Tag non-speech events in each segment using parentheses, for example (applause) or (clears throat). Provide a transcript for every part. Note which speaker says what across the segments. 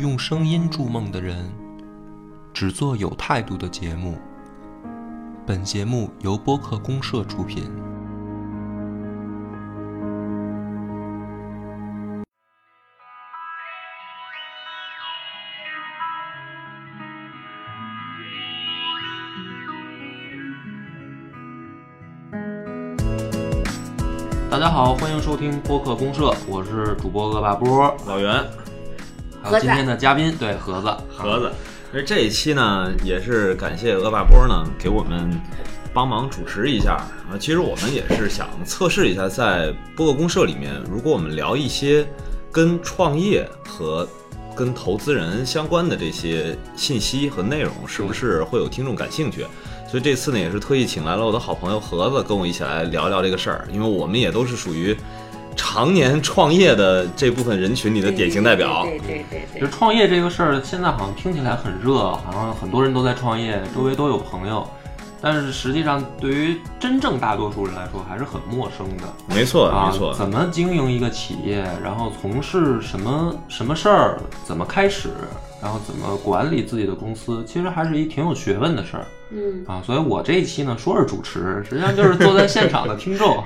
Speaker 1: 用声音筑梦的人，只做有态度的节目。本节目由播客公社出品。大家好，欢迎收听播客公社，我是主播恶霸波，
Speaker 2: 老袁，
Speaker 1: 还有今天的嘉宾，对盒子，
Speaker 2: 盒子。那这一期呢，也是感谢恶霸波呢给我们帮忙主持一下啊。其实我们也是想测试一下，在播客公社里面，如果我们聊一些跟创业和跟投资人相关的这些信息和内容，是不是会有听众感兴趣？所以这次呢，也是特意请来了我的好朋友盒子，跟我一起来聊一聊这个事儿，因为我们也都是属于常年创业的这部分人群里的典型代表。
Speaker 3: 对对对
Speaker 1: 就
Speaker 3: 对对
Speaker 1: 是创业这个事儿，现在好像听起来很热，啊好像很多人都在创业，周围都有朋友，但是实际上对于真正大多数人来说还是很陌生的
Speaker 2: 没错，
Speaker 1: 啊。
Speaker 2: 没错。
Speaker 1: 怎么经营一个企业，然后从事什么什么事儿，怎么开始，然后怎么管理自己的公司，其实还是一挺有学问的事儿。
Speaker 3: 嗯，
Speaker 1: 啊，所以我这一期呢，说是主持，实际上就是坐在现场的听众啊，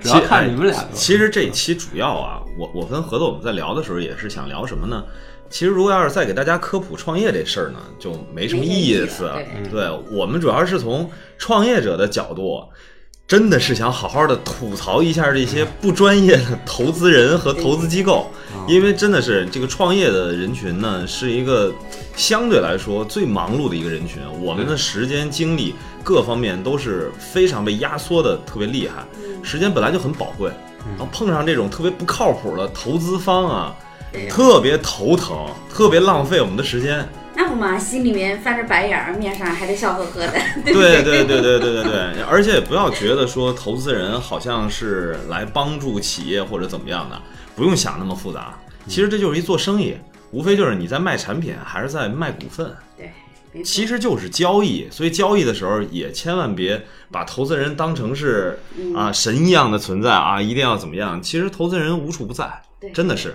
Speaker 1: 只要
Speaker 2: (laughs) 其哎
Speaker 1: 看你们俩就。
Speaker 2: 其实这一期主要啊，我我跟何总我们在聊的时候也是想聊什么呢？其实如果要是再给大家科普创业这事儿呢，就没什么意思。啊
Speaker 3: 没什么
Speaker 1: 意思
Speaker 2: 对我们主要是从创业者的角度。真的是想好好的吐槽一下这些不专业的投资人和投资机构，因为真的是这个创业的人群呢，是一个相对来说最忙碌的一个人群，我们的时间、精力各方面都是非常被压缩的，特别厉害。时间本来就很宝贵，然后碰上这种特别不靠谱的投资方啊，
Speaker 3: 对呀
Speaker 2: 特别头疼，特别浪费我们的时间。
Speaker 3: 那不嘛，心里面翻着白眼儿，面上还得笑呵呵
Speaker 2: (laughs)
Speaker 3: 的。
Speaker 2: 对对对对对对对，而且不要觉得说投资人好像是来帮助企业或者怎么样的，不用想那么复杂。其实这就是一做生意，无非就是你在卖产品还是在卖股份，
Speaker 3: 对，没错
Speaker 2: 其实就是交易。所以交易的时候也千万别把投资人当成是啊神一样的存在啊，一定要怎么样。其实投资人无处不在
Speaker 3: 对，
Speaker 2: 真的是。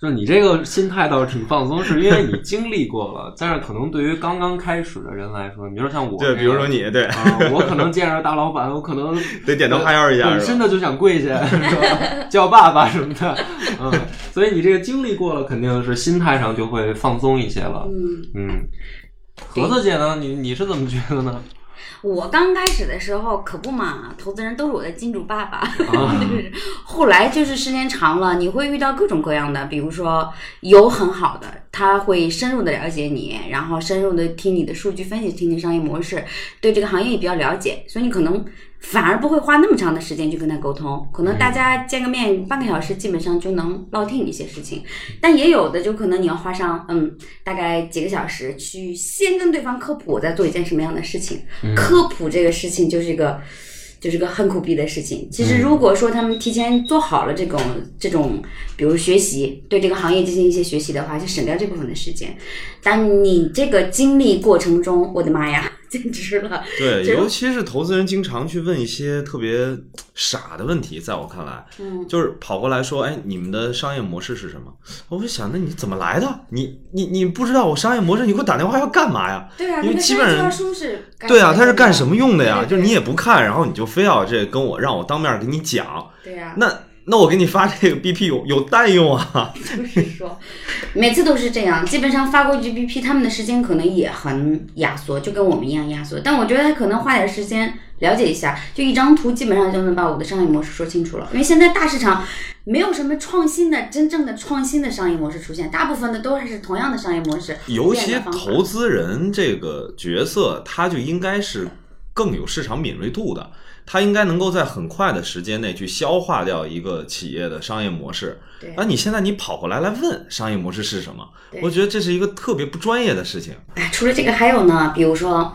Speaker 1: 就你这个心态倒是挺放松，是因为你经历过了，但是可能对于刚刚开始的人来说，你比如像我这
Speaker 2: 对，
Speaker 1: 样，
Speaker 2: 比如说你对。
Speaker 1: 啊，我可能见着大老板，我可
Speaker 2: (laughs)
Speaker 1: 能
Speaker 2: 得点头哈腰一下
Speaker 1: 本
Speaker 2: 是吧
Speaker 1: 身的就想跪
Speaker 2: (laughs)
Speaker 1: 下，是吧叫爸爸什么的，嗯，所以你这个经历过了，肯定是心态上就会放松一些了，
Speaker 3: 嗯，
Speaker 1: 嗯。盒子姐呢？你你是怎么觉得呢？
Speaker 3: 我刚开始的时候可不嘛，投资人都是我的金主爸爸。 (laughs)
Speaker 1: 啊，
Speaker 3: 后来就是时间长了，你会遇到各种各样的，比如说有很好的，他会深入的了解你，然后深入的听你的数据分析，听你商业模式，对这个行业也比较了解，所以你可能反而不会花那么长的时间去跟他沟通，可能大家见个面半个小时，基本上就能唠听一些事情。但也有的就可能你要花上嗯大概几个小时去先跟对方科普，我在做一件什么样的事情。
Speaker 2: 嗯
Speaker 3: 科普这个事情就是一个。就是个很苦逼的事情。其实，如果说他们提前做好了这种这种，比如学习，对这个行业进行一些学习的话，就省掉这部分的时间。但你这个经历过程中，我的妈呀， (laughs) 简直了！
Speaker 2: (laughs) 对，
Speaker 3: 这个
Speaker 2: 尤其是投资人经常去问一些特别傻的问题，在我看来，
Speaker 3: 嗯，
Speaker 2: 就是跑过来说：“哎，你们的商业模式是什么？”我就想，那你怎么来的？你你你不知道我商业模式，你给我打电话要干嘛呀？
Speaker 3: 对啊，
Speaker 2: 因为
Speaker 3: 那个
Speaker 2: 基本
Speaker 3: 教科书是干
Speaker 2: 对啊，
Speaker 3: 什么
Speaker 2: 他是干什么用的呀？
Speaker 3: 对对对
Speaker 2: 就是你也不看，然后你就非要这跟我让我当面给你讲，
Speaker 3: 对呀、
Speaker 2: 那那我给你发这个 BP 有有蛋用啊？
Speaker 3: (laughs) 就是说，每次都是这样。基本上发过 GBP，他们的时间可能也很压缩，就跟我们一样压缩。但我觉得他可能花点时间了解一下，就一张图基本上就能把我的商业模式说清楚了。因为现在大市场没有什么创新的、真正的创新的商业模式出现，大部分的都还是同样的商业模式。
Speaker 2: 尤其
Speaker 3: 变的方法
Speaker 2: 投资人这个角色，他就应该是更有市场敏锐度的，他应该能够在很快的时间内去消化掉一个企业的商业模式。
Speaker 3: 对
Speaker 2: 那你现在你跑过来来问商业模式是什么，
Speaker 3: 对
Speaker 2: 我觉得这是一个特别不专业的事情。
Speaker 3: 哎，除了这个还有呢，比如说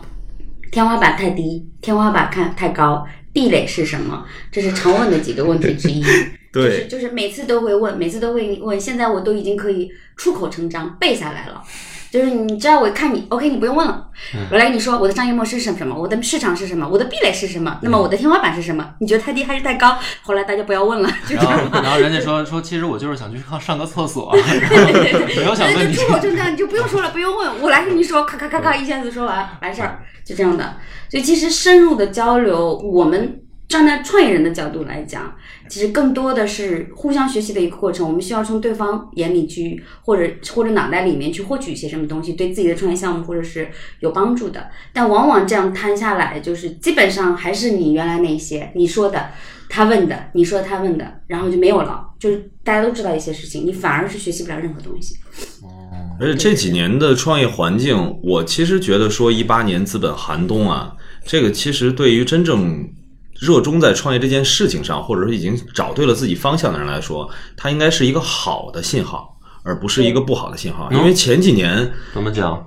Speaker 3: 天花板太低，天花板看太高，壁垒是什么？这是常问的几个问题之一。就是
Speaker 2: 对，
Speaker 3: 就是每次都会问，每次都会问。现在我都已经可以出口成章背下来了，就是你知道，我看你 OK，你不用问了，我来跟你说我的商业模式是什么，我的市场是什么，我的壁垒是什么，那么我的天花板是什么？你觉得太低还是太高？后来大家不要问了，就
Speaker 1: 然
Speaker 3: 这样。
Speaker 1: 后，然后人家说说，其实我就是想去上上个厕所， (laughs) 没有想问
Speaker 3: 对对，
Speaker 1: 你
Speaker 3: 这。我就这样，你就不用说了，不用问，我来跟你说，咔咔咔咔，一下子说完完事儿，就这样的。所以其实深入的交流，我们站在创业人的角度来讲，其实更多的是互相学习的一个过程。我们需要从对方眼里去，或者或者脑袋里面去获取一些什么东西，对自己的创业项目或者是有帮助的。但往往这样摊下来，就是基本上还是你原来那些你说的。他问的，你说他问的，然后就没有了，就是大家都知道一些事情，你反而是学习不了任何东西。
Speaker 2: 而且这几年的创业环境，我其实觉得说一八年资本寒冬啊，这个其实对于真正热衷在创业这件事情上，或者说已经找对了自己方向的人来说，它应该是一个好的信号，而不是一个不好的信号。
Speaker 1: 嗯
Speaker 2: 因为前几年
Speaker 1: 怎么讲？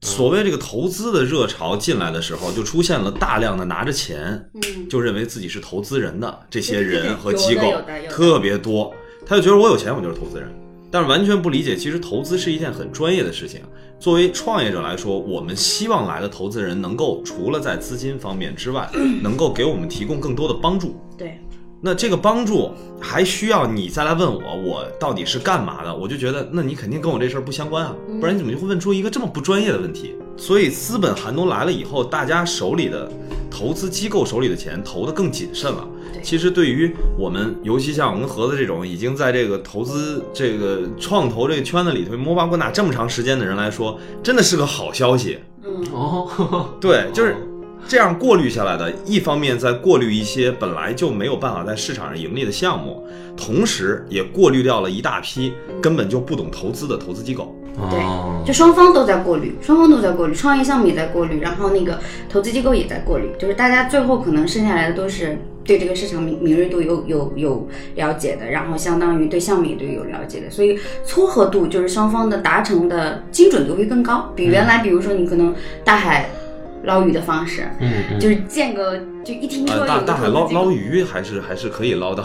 Speaker 2: 所谓这个投资的热潮进来的时候，就出现了大量的拿着钱，
Speaker 3: 嗯，
Speaker 2: 就认为自己是投资人的这些人和
Speaker 3: 对对对
Speaker 2: 机构
Speaker 3: 有的有的
Speaker 2: 特别多，他就觉得我有钱，我就是投资人，但是完全不理解，其实投资是一件很专业的事情。作为创业者来说，我们希望来的投资人能够除了在资金方面之
Speaker 3: (clears throat)
Speaker 2: 外，能够给我们提供更多的帮助。
Speaker 3: 对，
Speaker 2: 那这个帮助还需要你再来问我，我到底是干嘛的？我就觉得，那你肯定跟我这事儿不相关啊，不然你怎么就会问出一个这么不专业的问题？所以资本寒冬来了以后，大家手里的投资机构手里的钱投得更谨慎了
Speaker 3: 对。
Speaker 2: 其实对于我们，尤其像我跟盒子这种已经在这个投资这个创投这个圈子里头摸爬滚打这么长时间的人来说，真的是个好消息。
Speaker 3: 嗯，
Speaker 1: 哦，呵呵
Speaker 2: 对，就是这样过滤下来的。一方面在过滤一些本来就没有办法在市场上盈利的项目，同时也过滤掉了一大批根本就不懂投资的投资机构。
Speaker 1: 哦
Speaker 3: 就双方都在过滤，双方都在过滤，创业项目也在过滤，然后那个投资机构也在过滤，就是大家最后可能剩下来的都是对这个市场敏敏锐度有有有了解的，然后相当于对项目也都有了解的，所以撮合度就是双方的达成的精准度会更高，比原来比如说你可能大海捞鱼的方式，
Speaker 1: 嗯嗯，
Speaker 3: 就是见个就一听说有
Speaker 2: 呃，
Speaker 3: 一
Speaker 2: 大
Speaker 3: 个
Speaker 2: 大海捞
Speaker 3: 投资机构
Speaker 2: 捞鱼还是还是可以捞到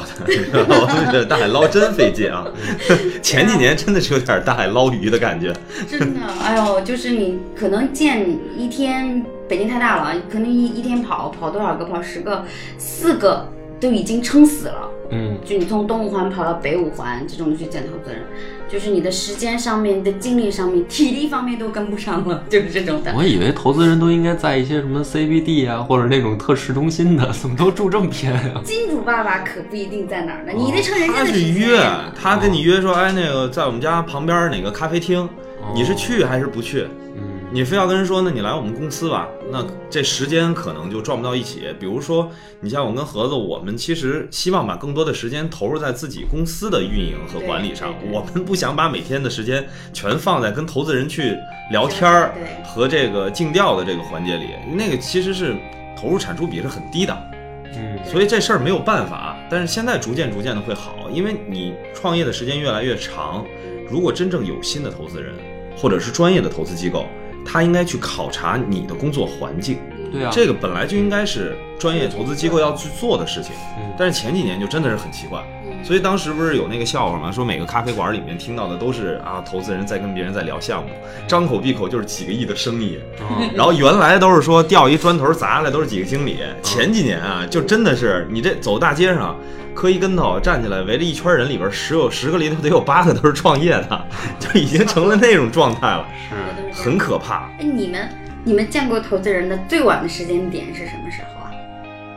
Speaker 2: 的， (laughs) 大海捞针费劲啊。 (laughs) 前几年真的是有点大海捞鱼的感觉。
Speaker 3: 真的，哎呦，就是你可能见一天，北京太大了，可能一一天跑跑多少个，跑十个，四个都已经撑死了。
Speaker 1: 嗯
Speaker 3: 就你从东五环跑到北五环这种去见投资人，就是你的时间上面、你的精力上面、体力方面都跟不上了，就是这种的。
Speaker 1: 我以为投资人都应该在一些什么 CBD 啊，或者那种特市中心的，怎么都住这么偏啊呀、
Speaker 3: 金主爸爸可不一定在哪儿呢，你得趁人家
Speaker 2: 他
Speaker 3: 的时
Speaker 2: 是
Speaker 3: 间。
Speaker 2: 约，他跟你约说，哎，那个在我们家旁边哪个咖啡厅，你是去还是不去？
Speaker 1: 嗯
Speaker 2: 你非要跟人说，那你来我们公司吧，那这时间可能就撞不到一起。比如说，你像我跟盒子，我们其实希望把更多的时间投入在自己公司的运营和管理上
Speaker 3: 对对，对
Speaker 2: 我们不想把每天的时间全放在跟投资人去聊天儿
Speaker 3: 对
Speaker 2: 和这个尽调的这个环节里，那个其实是投入产出比是很低的。
Speaker 1: 嗯
Speaker 2: 所以这事儿没有办法，但是现在逐渐逐渐的会好，因为你创业的时间越来越长，如果真正有心的投资人或者是专业的投资机构，他应该去考察你的工作环境，
Speaker 1: 对啊，
Speaker 2: 这个本来就应该是专业投资机构要去做的事情
Speaker 1: 嗯。
Speaker 2: 但是前几年就真的是很奇怪，所以当时不是有那个笑话吗？说每个咖啡馆里面听到的都是啊，投资人在跟别人在聊项目，张口闭口就是几个亿的生意。
Speaker 1: 嗯
Speaker 2: 然后原来都是说掉一砖头砸下来都是几个经理，前几年啊，就真的是你这走大街上磕一跟头站起来围着一圈人，里边十有十个里头得有八个都是创业的， (laughs) 就已经成了那种状态了，
Speaker 1: 是
Speaker 2: 很可怕。
Speaker 3: 哎，你们你们见过投资人的最晚的时间点是什么时候啊？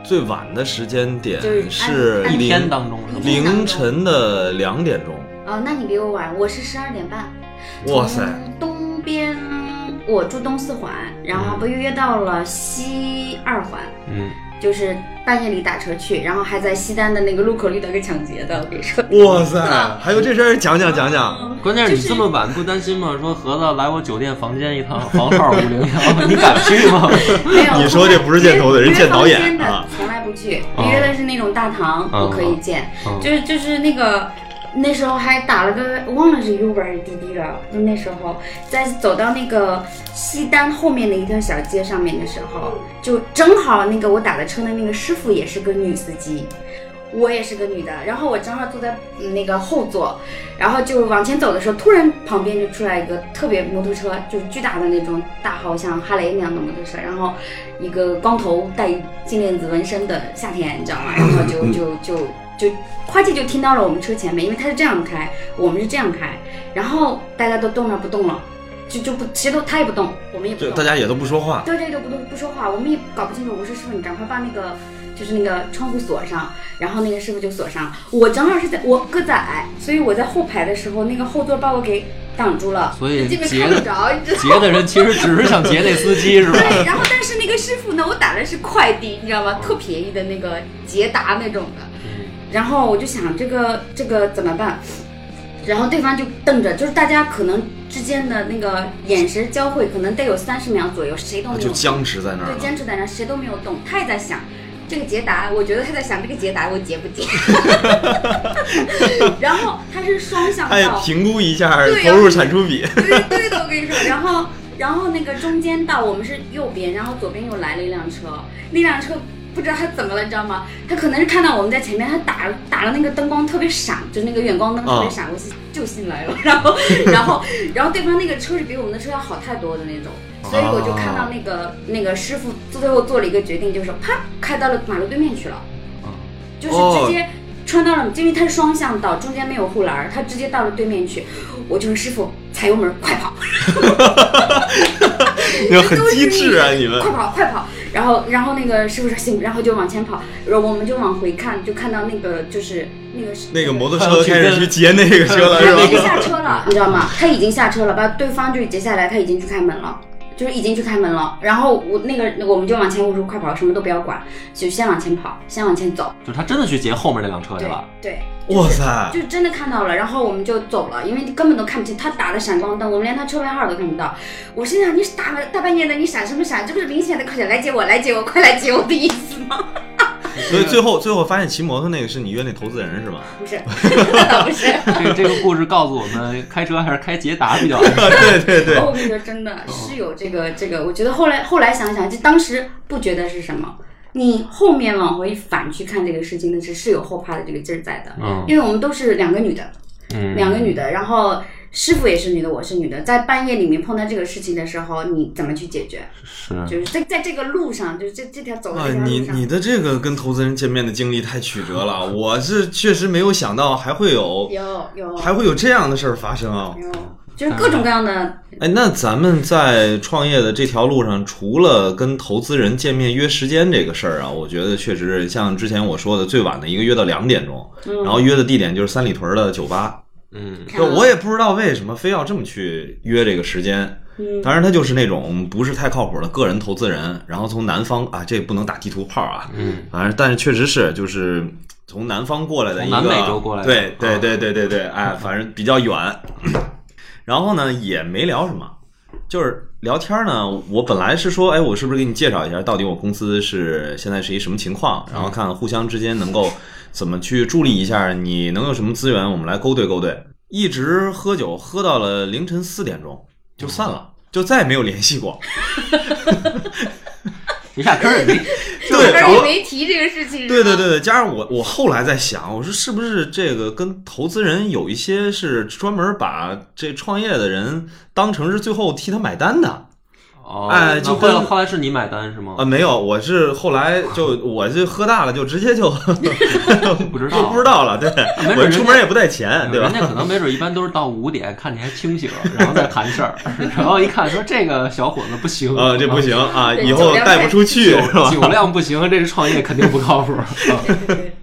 Speaker 2: 最晚的时间点
Speaker 3: 就是
Speaker 2: 是
Speaker 3: 按
Speaker 1: 一天
Speaker 2: 凌
Speaker 1: 当中是吗？
Speaker 2: 凌晨的两点钟，
Speaker 3: 哦，那你比我晚，我是十二点半。
Speaker 2: 哇塞！
Speaker 3: 从东边，我住东四环，然后被约到了西二环，
Speaker 1: 嗯，
Speaker 3: 就是半夜里打车去，然后还在西单的那个路口遇到一个抢劫的，我跟
Speaker 2: (laughs)
Speaker 3: 你说。
Speaker 2: 哇塞！还有这事儿讲讲讲讲，
Speaker 1: 关键是你这么晚不担心吗？说盒子来我酒店房间一趟，房号五零幺，你敢去吗？
Speaker 3: 没有，
Speaker 2: 你说这不是见头的人见导演
Speaker 3: 约约房
Speaker 2: 啊
Speaker 3: 间的从来不去，
Speaker 1: 哦
Speaker 3: 约的是那种大堂，
Speaker 1: 嗯
Speaker 3: 我可以见，
Speaker 1: 嗯
Speaker 3: 就是就是那个。那时候还打了个忘了是 Uber 还是滴滴了，就那时候在走到那个西单后面的一条小街上面的时候，就正好那个我打的车的那个师傅也是个女司机，我也是个女的，然后我正好坐在嗯那个后座，然后就往前走的时候，突然旁边就出来一个特别摩托车，就是巨大的那种大号，像哈雷那样的摩托车，然后一个光头戴金链子纹身的夏天，你知道吗？然后就就就就花姐就听到了我们车前面，因为他是这样开，我们是这样开，然后大家都动那不动了，就就不谁都他也不动，我们也不
Speaker 2: 就
Speaker 3: 动，
Speaker 2: 大家也都不说话，
Speaker 3: 对对对，不都不说话，我们也搞不清楚。我说师傅，你赶快把那个就是那个窗户锁上。然后那个师傅就锁上了。我正好是在我个子矮，所以我在后排的时候，那个后座把我给挡住了，
Speaker 1: 所以
Speaker 3: 这边
Speaker 1: 劫
Speaker 3: 看不着，你知道吗。
Speaker 1: 劫的人其实只是想劫那司机，
Speaker 3: (laughs)
Speaker 1: 是吧？
Speaker 3: 对，然后但是那个师傅呢，我打的是快递，你知道吗？特便宜的那个捷达那种的。然后我就想这个这个怎么办？然后对方就瞪着，就是大家可能之间的那个眼神交汇，可能得有三十秒左右，谁都没有
Speaker 2: 就
Speaker 3: 动
Speaker 2: 僵持在那儿
Speaker 3: 对，
Speaker 2: 了。
Speaker 3: 坚持在那，谁都没有动。他也在想这个捷达，我觉得他在想这个捷达我劫不
Speaker 2: (laughs)
Speaker 3: 劫。然后他是双向
Speaker 2: 他也
Speaker 3: 道，
Speaker 2: 哎评估一下
Speaker 3: 对
Speaker 2: 投入产出比，
Speaker 3: 对对的，我跟你说。然后然后那个中间道我们是右边，然后左边又来了一辆车，那辆车。不知道他怎么了，你知道吗？他可能是看到我们在前面，他打打了那个灯光特别闪，就是那个远光灯特别闪，我心就心来了。 (laughs) 然后，然后，然后对方那个车是比我们的车要好太多的那种，所以我就看到那个、那个师傅最后做了一个决定，就是啪开到了马路对面去了，就是直接穿到了，因为它是双向道，中间没有护栏儿，他直接到了对面去。我就是师傅踩油门快跑，
Speaker 2: 就很机智啊！你们
Speaker 3: 快跑快跑！然后然后那个师傅说行，然后就往前跑，然后我们就往回看，就看到那个就是那个是
Speaker 2: 那个摩托车开始去劫那个车了，
Speaker 3: 他
Speaker 2: (laughs)
Speaker 3: 已
Speaker 2: 是
Speaker 3: 经
Speaker 2: 吧？
Speaker 3: 下车了，你知道吗？他已经下车了，把对方就截下来，他已经去开门了。就是已经去开门了，然后我那个那个我们就往前，我说快跑，什么都不要管，就先往前跑，先往前走。
Speaker 1: 就是他真的去劫后面那辆车去
Speaker 3: 对
Speaker 1: 了。
Speaker 3: 对，
Speaker 2: 哇塞！
Speaker 3: 就真的看到了，然后我们就走了，因为根本都看不清，他打的闪光灯，我们连他车牌号都看不到。我心想，你大半大半夜的，你闪什么闪？这不是明显的快点来接我，来接我，快来接我的意思吗？ (laughs)
Speaker 2: 所以最后最后发现骑摩托那个是你约那投资人是吧？
Speaker 3: 不是， (laughs) 不是。
Speaker 1: 这个这个故事告诉我们，开车还是开捷达比较安全。
Speaker 2: 啊， (laughs) (laughs) 对对对，
Speaker 3: 哦我跟你说，真的是有这个这个，我觉得后来后来想想，就当时不觉得是什么，你后面往回反去看这个事情的是是有后怕的这个劲儿在的，
Speaker 1: 嗯
Speaker 3: 因为我们都是两个女的，
Speaker 1: 嗯，
Speaker 3: 两个女的，然后师傅也是女的，我是女的，在半夜里面碰到这个事情的时候，你怎么去解决？
Speaker 1: 是啊
Speaker 3: 就是在在这个路上，就是这这条走的
Speaker 2: 啊
Speaker 3: 这条，
Speaker 2: 你
Speaker 3: 路上，
Speaker 2: 你的这个跟投资人见面的经历太曲折了，我是确实没有想到还会有
Speaker 3: 有有
Speaker 2: 还会有这样的事儿发生啊！
Speaker 3: 有，就是各种各样的，
Speaker 2: 哎，那咱们在创业的这条路上，除了跟投资人见面约时间这个事儿啊，我觉得确实像之前我说的，最晚的一个约到两点钟，然后约的地点就是三里屯的酒吧。
Speaker 1: 嗯，
Speaker 3: 啊
Speaker 2: 就我也不知道为什么非要这么去约这个时间。
Speaker 3: 嗯
Speaker 2: 当然，他就是那种不是太靠谱的个人投资人，然后从南方啊，这不能打地图炮啊，
Speaker 1: 嗯，
Speaker 2: 反正但是确实是就是从南方过来的一个，
Speaker 1: 从南美洲过来的
Speaker 2: 对对
Speaker 1: 啊
Speaker 2: 对对对对，哎，反正比较远。然后呢，也没聊什么，就是聊天呢。我本来是说，哎，我是不是给你介绍一下，到底我公司是现在是一什么情况，然后
Speaker 1: 嗯
Speaker 2: 看互相之间能够怎么去助力一下，你能有什么资源，我们来勾兑勾兑。一直喝酒喝到了凌晨四点钟，就散了，就再也没有联系过。
Speaker 1: 你俩根本没
Speaker 2: 对，
Speaker 3: 而
Speaker 2: 然后
Speaker 3: 也没提这个事情，
Speaker 2: 对对对对，加上我我后来在想，我说是不是这个跟投资人有一些是专门把这创业的人当成是最后替他买单的？
Speaker 1: 哦，
Speaker 2: 哎
Speaker 1: 那
Speaker 2: 就
Speaker 1: 后来
Speaker 2: 跟
Speaker 1: 后来是你买单是吗？
Speaker 2: 啊，没有，我是后来就我就喝大了，就直
Speaker 1: (laughs)
Speaker 2: 接就
Speaker 1: 不知
Speaker 2: 就
Speaker 1: 道，
Speaker 2: 不知道了。对，
Speaker 1: 没准
Speaker 2: 我
Speaker 1: 人家
Speaker 2: 出门也不带钱，对吧
Speaker 1: 人？家可能没准一般都是到五点看你还清醒，然后再谈事
Speaker 2: (laughs)
Speaker 1: 儿，然后一看说这个小伙子不行
Speaker 2: 啊，这不行啊，
Speaker 3: 对
Speaker 2: 以后
Speaker 3: 酒量
Speaker 2: 带不出去是吧？
Speaker 1: 酒量不行，这个创业肯定不靠
Speaker 2: (laughs)
Speaker 1: 谱。
Speaker 3: 对对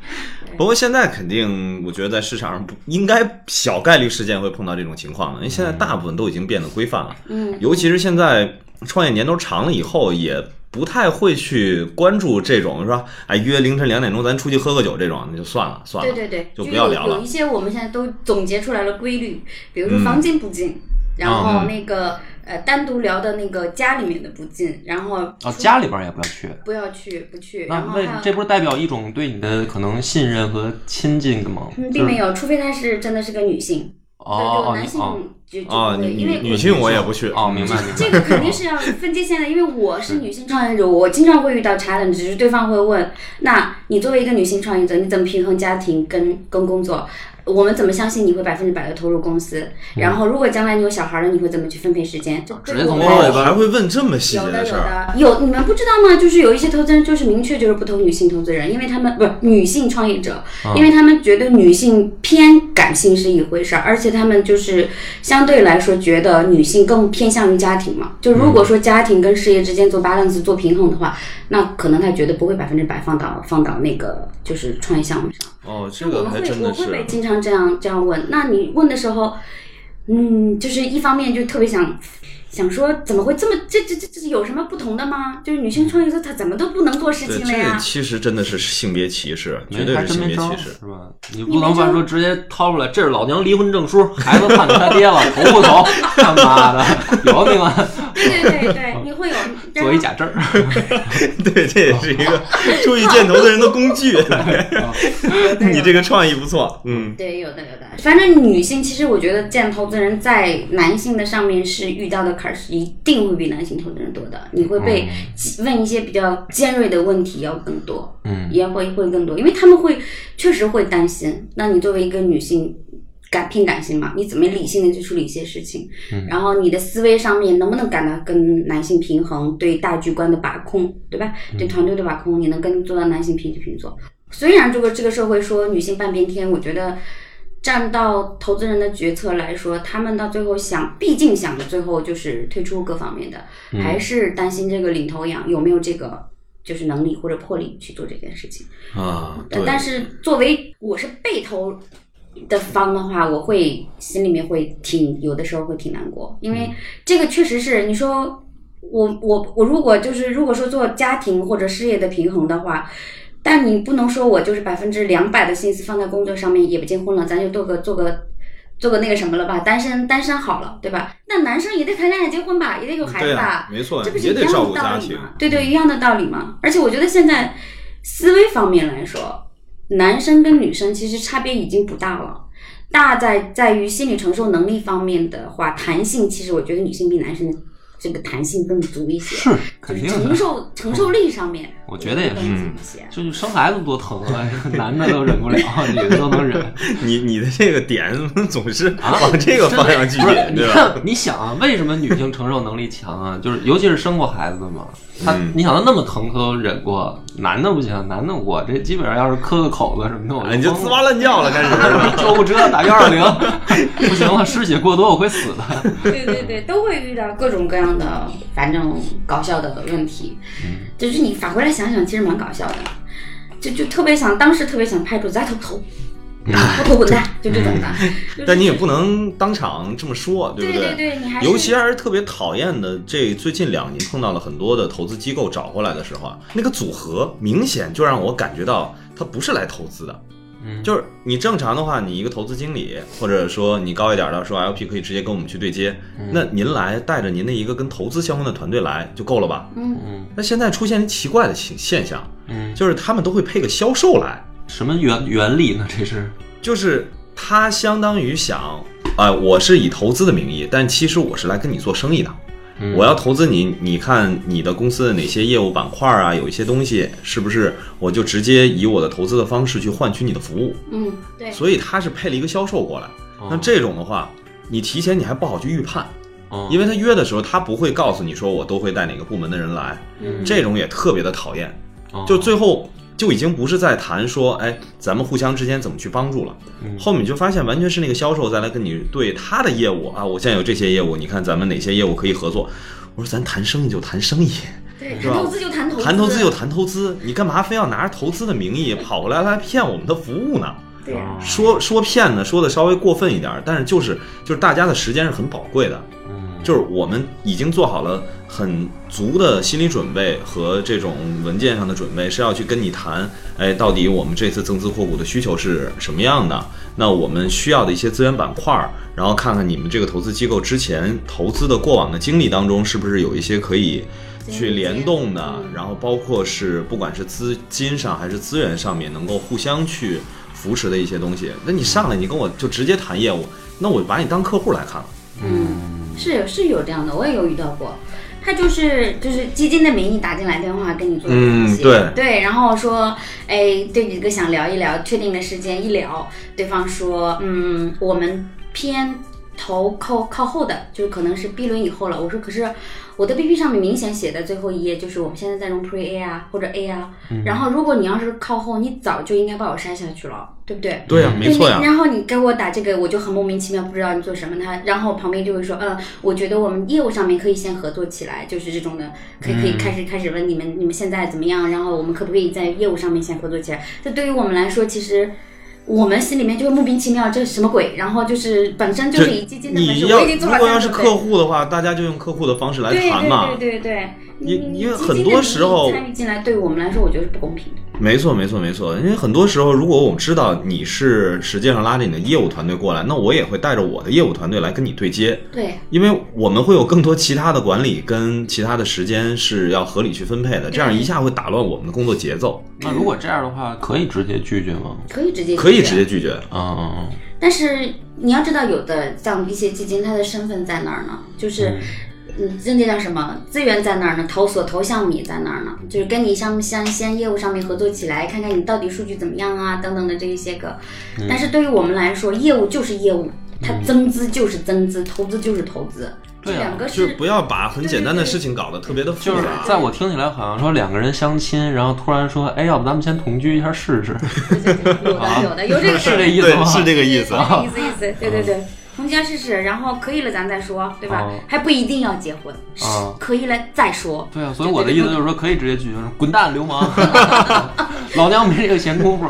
Speaker 2: 不过现在肯定，我觉得在市场上不应该小概率事件会碰到这种情况了，因为现
Speaker 1: 嗯
Speaker 2: 在大部分都已经变得规范了。
Speaker 3: (laughs) 嗯，
Speaker 2: 尤其是现在创业年头长了以后，也不太会去关注这种说，哎，约凌晨两点钟咱出去喝个酒这种，那就算了算了。
Speaker 3: 对对对，
Speaker 2: 就不
Speaker 3: 是
Speaker 2: 要聊
Speaker 3: 有
Speaker 2: 了
Speaker 3: 有一些我们现在都总结出来了规律，比如说房间不进，然后那个、呃单独聊的那个家里面的不进，然后
Speaker 1: 啊，家里边儿也不要去。
Speaker 3: 不要去不去，
Speaker 1: 那
Speaker 3: 然后还
Speaker 1: 为
Speaker 3: 有。
Speaker 1: 这不是代表一种对你的可能信任和亲近的吗？
Speaker 3: 嗯并没有，除非她是真的是个女性，
Speaker 1: 哦
Speaker 3: 对对，
Speaker 1: 哦
Speaker 3: 男性
Speaker 1: 哦
Speaker 3: 就就
Speaker 2: 啊，
Speaker 3: 不
Speaker 2: 女
Speaker 3: 会，因为
Speaker 2: 女女性我也不去
Speaker 1: 哦，明白明白。嗯
Speaker 3: 这个肯定是要分界线的，因为我是女性创业者，我经常会遇到 challenge，就是对方会问，那你作为一个女性创业者，你怎么平衡家庭跟跟工作？我们怎么相信你会百分之百的投入公司？然后，如果将来你有小孩了，你会怎么去分配时间？这
Speaker 1: 直接从
Speaker 3: 这个
Speaker 1: 我
Speaker 3: 我
Speaker 1: 们
Speaker 2: 哦，还会问这么细节
Speaker 3: 有的有
Speaker 2: 事儿。
Speaker 3: 的有，你们不知道吗？就是有一些投资人就是明确就是不投女性投资人，因为他们不是女性创业者，
Speaker 2: 啊
Speaker 3: 因为他们觉得女性偏感性是一回事儿，而且他们就是相对来说觉得女性更偏向于家庭嘛。就如果说家庭跟事业之间做 balance 做平衡的话，那可能他觉得不会百分之百放到放到那个就是创业项目上。
Speaker 2: 哦，这
Speaker 3: 就我
Speaker 2: 个
Speaker 3: 们
Speaker 2: 还
Speaker 3: 会
Speaker 2: 真
Speaker 3: 我
Speaker 2: 的
Speaker 3: 会被
Speaker 2: 是。
Speaker 3: 经常这样这样问。那你问的时候，嗯，就是一方面就特别想想说，怎么会这么这这这这有什么不同的吗？就是女性创业者她怎么都不能做事
Speaker 2: 对，
Speaker 3: 情了呀
Speaker 2: 这？其实真的是性别歧视，绝
Speaker 1: 没
Speaker 2: 对
Speaker 1: 还
Speaker 2: 是
Speaker 1: 真没
Speaker 2: 性别
Speaker 1: 招
Speaker 2: 歧
Speaker 1: 儿
Speaker 2: 视。 (laughs)
Speaker 1: 是吧？你不能犯说直接掏出来，这是老娘离婚证书，孩子判给他爹了，投不 (laughs) 投？他妈的，有病啊！ (laughs)
Speaker 3: (laughs) 对对对对，
Speaker 2: (laughs)
Speaker 3: 你会有然
Speaker 1: 做
Speaker 3: 后
Speaker 1: 一假证儿，
Speaker 2: 对，这也是一
Speaker 3: (laughs)
Speaker 2: 个注意箭头的人的
Speaker 1: (laughs)
Speaker 2: 工具。 (laughs) 你这个创意不错，嗯，
Speaker 3: 对，有的有的。反正女性其实我觉得见投资人在男性的上面是遇到的坎儿是一定会比男性投资人多的，你会被
Speaker 2: 嗯
Speaker 3: 问一些比较尖锐的问题要更多，
Speaker 1: 嗯，
Speaker 3: 也会会更多，因为他们会确实会担心。那你作为一个女性。感偏感性嘛，你怎么理性的去处理一些事情？然后你的思维上面能不能感到跟男性平衡？对大局观的把控，对吧？对团队的把控，你能跟做到男性平起平坐？虽然这个这个社会说女性半边天，我觉得站到投资人的决策来说，他们到最后想，毕竟想的最后就是退出各方面的，还是担心这个领头羊有没有这个就是能力或者魄力去做这件事情。
Speaker 2: 啊，
Speaker 3: 但但是作为我是被投的方的话，我会心里面会挺有的时候会挺难过，
Speaker 2: 嗯
Speaker 3: 因为这个确实是你说我我我如果就是如果说做家庭或者事业的平衡的话。但你不能说我就是百分之两百的心思放在工作上面，也不结婚了，咱就做个做个做个那个什么了吧，单身单身好了，对吧？那男生也得谈恋爱、结婚吧，也得有孩
Speaker 2: 对
Speaker 3: 子吧，
Speaker 2: 啊，没错，
Speaker 3: 这不是
Speaker 2: 也
Speaker 3: 一
Speaker 2: 得
Speaker 3: 样
Speaker 2: 照
Speaker 3: 的
Speaker 2: 顾
Speaker 3: 道
Speaker 2: 家
Speaker 3: 理
Speaker 2: 庭。
Speaker 3: 吗？对对，一样的道理嘛。而且我觉得现在思维方面来说，男生跟女生其实差别已经不大了。大在在于心理承受能力方面的话，弹性其实我觉得女性比男生的这个弹性更足一些，
Speaker 1: 是
Speaker 3: 就
Speaker 1: 肯
Speaker 3: 是
Speaker 1: 定
Speaker 3: 承
Speaker 1: 的。
Speaker 3: 受承受力上面，
Speaker 1: 我觉得也
Speaker 3: 更
Speaker 1: 是嗯
Speaker 3: 足一些。
Speaker 1: 就是生孩子多疼啊，男的都忍不 (laughs) 了，女的都能忍。
Speaker 2: (laughs) 你你的这个点 (laughs) 总是
Speaker 1: 啊
Speaker 2: 往这个方向去
Speaker 1: 不是
Speaker 2: 点，
Speaker 1: 你
Speaker 2: 对吧？
Speaker 1: 看，你想啊，为什么女性承受能力强啊？就是尤其是生过孩子的嘛，她、你想她那么疼，她都忍过。男的不行，男的我这基本上要是磕个口子什么的，我
Speaker 2: 啊你就
Speaker 1: 疯
Speaker 2: 滋
Speaker 1: 了
Speaker 2: 哇乱叫了，开始是吧？
Speaker 1: (laughs) 救护车打幺二零，不行了，失血过多我会死的。
Speaker 3: (laughs) 对对对，都会遇到各种各样的，反正搞笑的问题。
Speaker 2: 嗯
Speaker 3: 就是你反过来想想，其实蛮搞笑的。就就特别想，当时特别想拍桌子，哎投不投？不投滚蛋，就这种的。就是
Speaker 2: 嗯但你也不能当场这么说，
Speaker 3: 对
Speaker 2: 不
Speaker 3: 对对，你还是
Speaker 2: 尤其还啊是特别讨厌的，这最近两年碰到了很多的投资机构找过来的时候啊，那个组合明显就让我感觉到他不是来投资的。
Speaker 1: 嗯
Speaker 2: 就是你正常的话，你一个投资经理，或者说你高一点的说 LP 可以直接跟我们去对接，
Speaker 1: 嗯
Speaker 2: 那您来带着您的一个跟投资相关的团队来就够了吧？
Speaker 3: 嗯，
Speaker 1: 嗯
Speaker 2: 那现在出现奇怪的现现象，
Speaker 1: 嗯，
Speaker 2: 就是他们都会配个销售来，
Speaker 1: 什么原原理呢？这是
Speaker 2: 就是他相当于想，哎、我是以投资的名义，但其实我是来跟你做生意的。
Speaker 1: 嗯
Speaker 2: 我要投资你，你看你的公司的哪些业务板块啊，有一些东西是不是我就直接以我的投资的方式去换取你的服务？
Speaker 3: 嗯，对，
Speaker 2: 所以他是配了一个销售过来。那
Speaker 1: 哎哦
Speaker 2: 这种的话，你提前你还不好去预判，
Speaker 1: 哦
Speaker 2: 因为他约的时候他不会告诉你说我都会带哪个部门的人来，
Speaker 3: 嗯
Speaker 2: 这种也特别的讨厌。
Speaker 1: 哦
Speaker 2: 就最后就已经不是在谈说，哎，咱们互相之间怎么去帮助了。
Speaker 1: 嗯
Speaker 2: 后面你就发现完全是那个销售再来跟你对他的业务啊，我现在有这些业务，你看咱们哪些业务可以合作。我说咱谈生意就谈生意，
Speaker 3: 对，
Speaker 2: 是
Speaker 3: 谈
Speaker 2: 吧
Speaker 3: 投资就 (laughs) 谈投资，
Speaker 2: 谈投资就谈投资，你干嘛非要拿着投资的名义跑过来来骗我们的服务呢？
Speaker 3: 对啊，
Speaker 1: 哦
Speaker 2: 说说骗呢，说的稍微过分一点儿，但是就是就是大家的时间是很宝贵的，
Speaker 1: 嗯
Speaker 2: 就是我们已经做好了很足的心理准备和这种文件上的准备，是要去跟你谈，哎，到底我们这次增资获股的需求是什么样的？那我们需要的一些资源板块儿，然后看看你们这个投资机构之前投资的过往的经历当中，是不是有一些可以去联动的
Speaker 3: 嗯，
Speaker 2: 然后包括是不管是资金上还是资源上面能够互相去扶持的一些东西。那你上来你跟我就直接谈业务，那我把你当客户来看了。
Speaker 1: 嗯
Speaker 3: 是有是有这样的，我也有遇到过。他就是就是基金的名义打进来电话跟你做
Speaker 2: 嗯
Speaker 3: 联系
Speaker 2: 对
Speaker 3: 对，然后说，哎，对你这个想聊一聊，确定个时间一聊，对方说，嗯，我们偏头靠靠后的，就是可能是 B 轮以后了。我说，可是我的 BP 上面明显写的最后一页就是我们现在在用 Pre A 啊或者 A 啊，然后如果你要是靠后，你早就应该把我删下去了，对不对？
Speaker 2: 对呀、啊没错呀、
Speaker 3: 对你然后你给我打这个，我就很莫名其妙，不知道你做什么。他然后旁边就会说，嗯，我觉得我们业务上面可以先合作起来，就是这种的，可以可以开始开始问你们你们现在怎么样，然后我们可不可以在业务上面先合作起来？这对于我们来说，其实。我们心里面就会莫名其妙，这是什么鬼？然后就是本身就是以基金的本
Speaker 2: 你
Speaker 3: 身，
Speaker 2: 要
Speaker 3: 我已经
Speaker 2: 如
Speaker 3: 做好
Speaker 2: 果
Speaker 3: 三
Speaker 2: 要
Speaker 3: 个
Speaker 2: 是
Speaker 3: 准备
Speaker 2: 客户的话，大家就用客户的方式来
Speaker 3: 对
Speaker 2: 谈嘛。
Speaker 3: 对对对对，你
Speaker 2: 因
Speaker 3: 你
Speaker 2: 因为
Speaker 3: 基
Speaker 2: 很
Speaker 3: 金
Speaker 2: 多
Speaker 3: 的
Speaker 2: 时
Speaker 3: 名义
Speaker 2: 候
Speaker 3: 参与进来，对于我们来说，我觉得是不公平的。
Speaker 2: 没错，没错，没错。因为很多时候，如果我知道你是实际上拉着你的业务团队过来，那我也会带着我的业务团队来跟你对接，
Speaker 3: 对，
Speaker 2: 因为我们会有更多其他的管理跟其他的时间是要合理去分配的，这样一下会打乱我们的工作节奏，
Speaker 1: 那如果这样的话，可以直接拒绝吗？
Speaker 3: 可以直接
Speaker 2: 可以
Speaker 3: 拒绝
Speaker 2: 直接拒绝。
Speaker 1: 嗯嗯嗯。
Speaker 3: 但是你要知道，有的像一些基金，它的身份在哪儿呢？就是，嗯，这那叫什么？资源在哪儿呢？投所投项目也在哪儿呢？就是跟你上先先业务上面合作起来，看看你到底数据怎么样啊，等等的这一些个。
Speaker 2: 嗯
Speaker 3: 但是对于我们来说，业务就是业务，它增资就是增资，投资就是投资，这
Speaker 1: 对啊
Speaker 3: 两个
Speaker 2: 就是不要把很简单的事情搞得特别的复
Speaker 1: 就是
Speaker 2: 杂。
Speaker 1: 在我听起来好像说两个人相亲，然后突然说，哎，要不咱们先同居一下试试？
Speaker 3: 对对对有的有的有这
Speaker 1: (laughs)
Speaker 3: 个
Speaker 1: 是这意思吗？
Speaker 2: 对，啊 (laughs) 是这个意思啊。
Speaker 3: 啊，意思意思，对对对，同居试试，然后可以了咱再说，对
Speaker 2: 啊
Speaker 3: 吧
Speaker 1: 哦？
Speaker 3: 还不一定要结婚，是
Speaker 1: 哦
Speaker 3: 可以了再说。
Speaker 1: 对啊，所以我的意思就是说，可以直接拒绝，说滚蛋，流
Speaker 3: (laughs)
Speaker 1: 氓！老娘没这个闲工夫。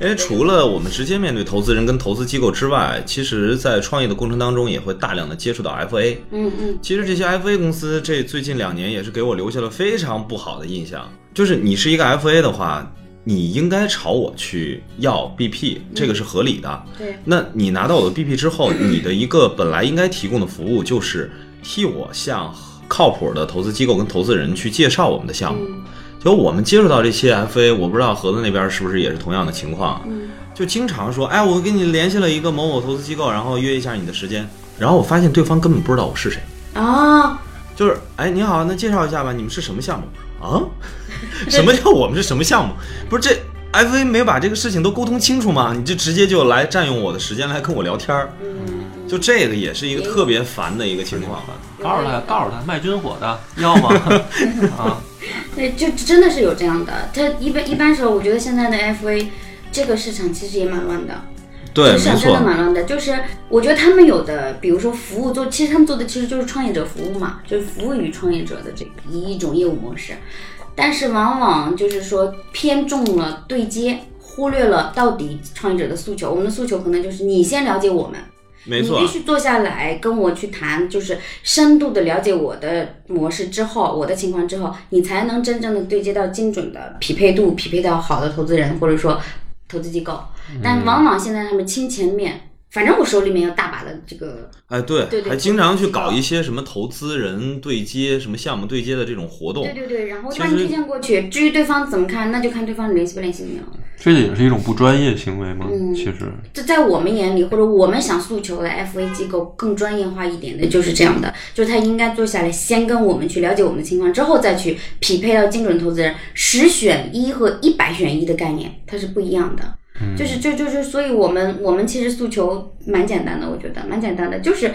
Speaker 2: 因为除了我们直接面对投资人跟投资机构之外，其实，在创业的过程当中，也会大量的接触到 FA。
Speaker 3: 嗯嗯，
Speaker 2: 其实这些 FA 公司这最近两年也是给我留下了非常不好的印象，就是你是一个 FA 的话，你应该朝我去要 BP，这个是合理的。
Speaker 3: 对，
Speaker 2: 那你拿到我的 BP 之后，你的一个本来应该提供的服务就是替我向靠谱的投资机构跟投资人去介绍我们的项目。
Speaker 3: 嗯
Speaker 2: 就我们接触到这些 FA，我不知道盒子那边是不是也是同样的情况，
Speaker 3: 嗯，
Speaker 2: 就经常说，哎，我给你联系了一个某某投资机构，然后约一下你的时间，然后我发现对方根本不知道我是谁。
Speaker 3: 哦，
Speaker 2: 就是，哎，你好，那介绍一下吧，你们是什么项目啊？ (laughs) 什么叫我们是什么项目？不是这 F A 没把这个事情都沟通清楚吗？你就直接就来占用我的时间来跟我聊天儿，
Speaker 3: 嗯，
Speaker 2: 就这个也是一个特别烦的一个情况。
Speaker 1: (laughs) 告诉他，告诉他，卖军火的要吗？ (laughs) 啊，
Speaker 3: 对，就真的是有这样的。他一般一般时候，我觉得现在的 FA 这个市场其实也蛮乱的，
Speaker 2: 对，
Speaker 3: 市
Speaker 2: 没
Speaker 3: 场真
Speaker 2: 错
Speaker 3: 的，蛮乱的。就是我觉得他们有的，比如说服务做，其实他们做的其实就是创业者服务嘛，就是服务于创业者的这一种业务模式。但是往往就是说偏重了对接，忽略了到底创业者的诉求。我们的诉求可能就是你先了解我们，
Speaker 2: 没
Speaker 3: 你
Speaker 2: 错
Speaker 3: 必，须坐下来跟我去谈，就是深度的了解我的模式之后，我的情况之后，你才能真正的对接到精准的匹配度，匹配到好的投资人或者说投资机构。
Speaker 2: 嗯
Speaker 3: 但往往现在他们清前面，反正我手里面有大把的这个，
Speaker 2: 哎，对
Speaker 3: 对对
Speaker 2: 还经常去搞一些什么投资人对接、什么项目对接的这种活动
Speaker 3: 对。对对，然后我
Speaker 2: 哦其
Speaker 3: 就把你
Speaker 2: 实
Speaker 3: 推荐过去。至于对方怎么看，那就看对方联系不联系你了。
Speaker 1: 这也是一种不专业行为吗？
Speaker 3: 嗯
Speaker 1: 其实，
Speaker 3: 这在我们眼里，或者我们想诉求的 FA 机构更专业化一点的，就是这样的，就是他应该坐下来，先跟我们去了解我们的情况，之后再去匹配到精准投资人。十选一和一百选一的概念，它是不一样的。
Speaker 2: 嗯
Speaker 3: 就是就就是，所以我们我们其实诉求蛮简单的，我觉得蛮简单的，就是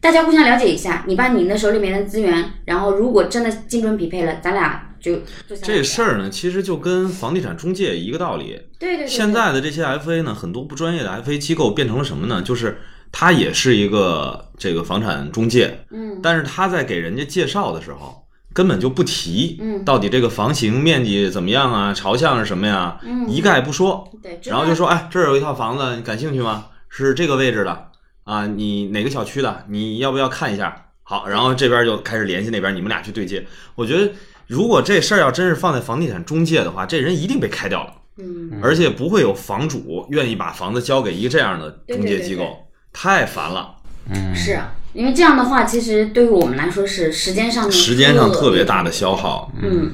Speaker 3: 大家互相了解一下，你把你的手里面的资源，然后如果真的精准匹配了，咱俩就坐下来
Speaker 2: 这事儿呢，其实就跟房地产中介一个道理。
Speaker 3: 对对对对
Speaker 2: 现在的这些 FA 呢，很多不专业的 FA 机构变成了什么呢？就是他也是一个这个房产中介，
Speaker 3: 嗯
Speaker 2: 但是他在给人家介绍的时候，根本就不提，
Speaker 3: 嗯
Speaker 2: 到底这个房型面积怎么样啊，朝向是什么呀，
Speaker 3: 嗯
Speaker 2: 一概不说，
Speaker 3: 对，
Speaker 2: 然后就说，哎，这儿有一套房子，你感兴趣吗？是这个位置的啊，你哪个小区的？你要不要看一下？好，然后这边就开始联系那边，你们俩去对接。我觉得，如果这事儿要真是放在房地产中介的话，这人一定被开掉了。
Speaker 3: 嗯。
Speaker 2: 而且不会有房主愿意把房子交给一个这样的中介机构，
Speaker 3: 对对对对
Speaker 2: 太烦了。
Speaker 1: 嗯，
Speaker 3: 是啊因为这样的话，其实对于我们来说是时间上面
Speaker 2: 时间上特别大的消耗，
Speaker 3: 嗯，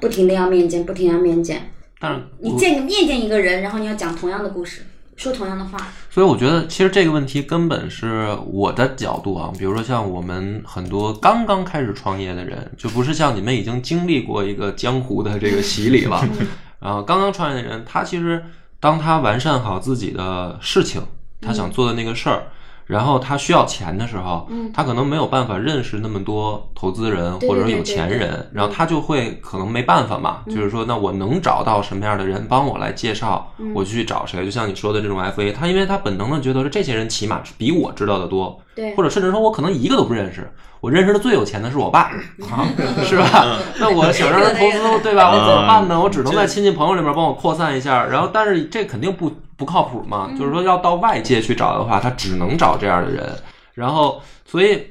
Speaker 3: 不停的要面见，不停地要面见。
Speaker 1: 但是
Speaker 3: 你见面见一个人，然后你要讲同样的故事，
Speaker 4: 说同样的话，
Speaker 1: 所以我觉得，其实这个问题根本是我的角度啊，比如说像我们很多刚刚开始创业的人，就不是像你们已经经历过一个江湖的这个洗礼了，然啊后刚刚创业的人，他其实当他完善好自己的事情，他想做的那个事儿。然后他需要钱的时候，
Speaker 4: 嗯
Speaker 1: 他可能没有办法认识那么多投资人
Speaker 4: 对
Speaker 1: 或者
Speaker 4: 对对
Speaker 1: 有钱
Speaker 4: 对对嗯
Speaker 1: 人，然后他就会可能没办法嘛，就是说，那我能找到什么样的人帮我来介绍，
Speaker 4: 嗯
Speaker 1: 我去找谁？就像你说的这种 FA，他因为他本能的觉得这些人起码比我知道的多，
Speaker 4: 对
Speaker 1: 或者甚至说我可能一个都不认识，我认识的最有钱的是
Speaker 4: (laughs)
Speaker 1: 我爸，啊，是吧？ (laughs) 那我想让人投
Speaker 4: 有的有的
Speaker 1: 资，对吧？我怎么办呢？我只能
Speaker 2: 这
Speaker 1: 在亲戚朋友里面帮我扩散一下，然后但是这肯定不不靠谱嘛，就是说要到外界去找的话，他只能找这样的人，然后所以。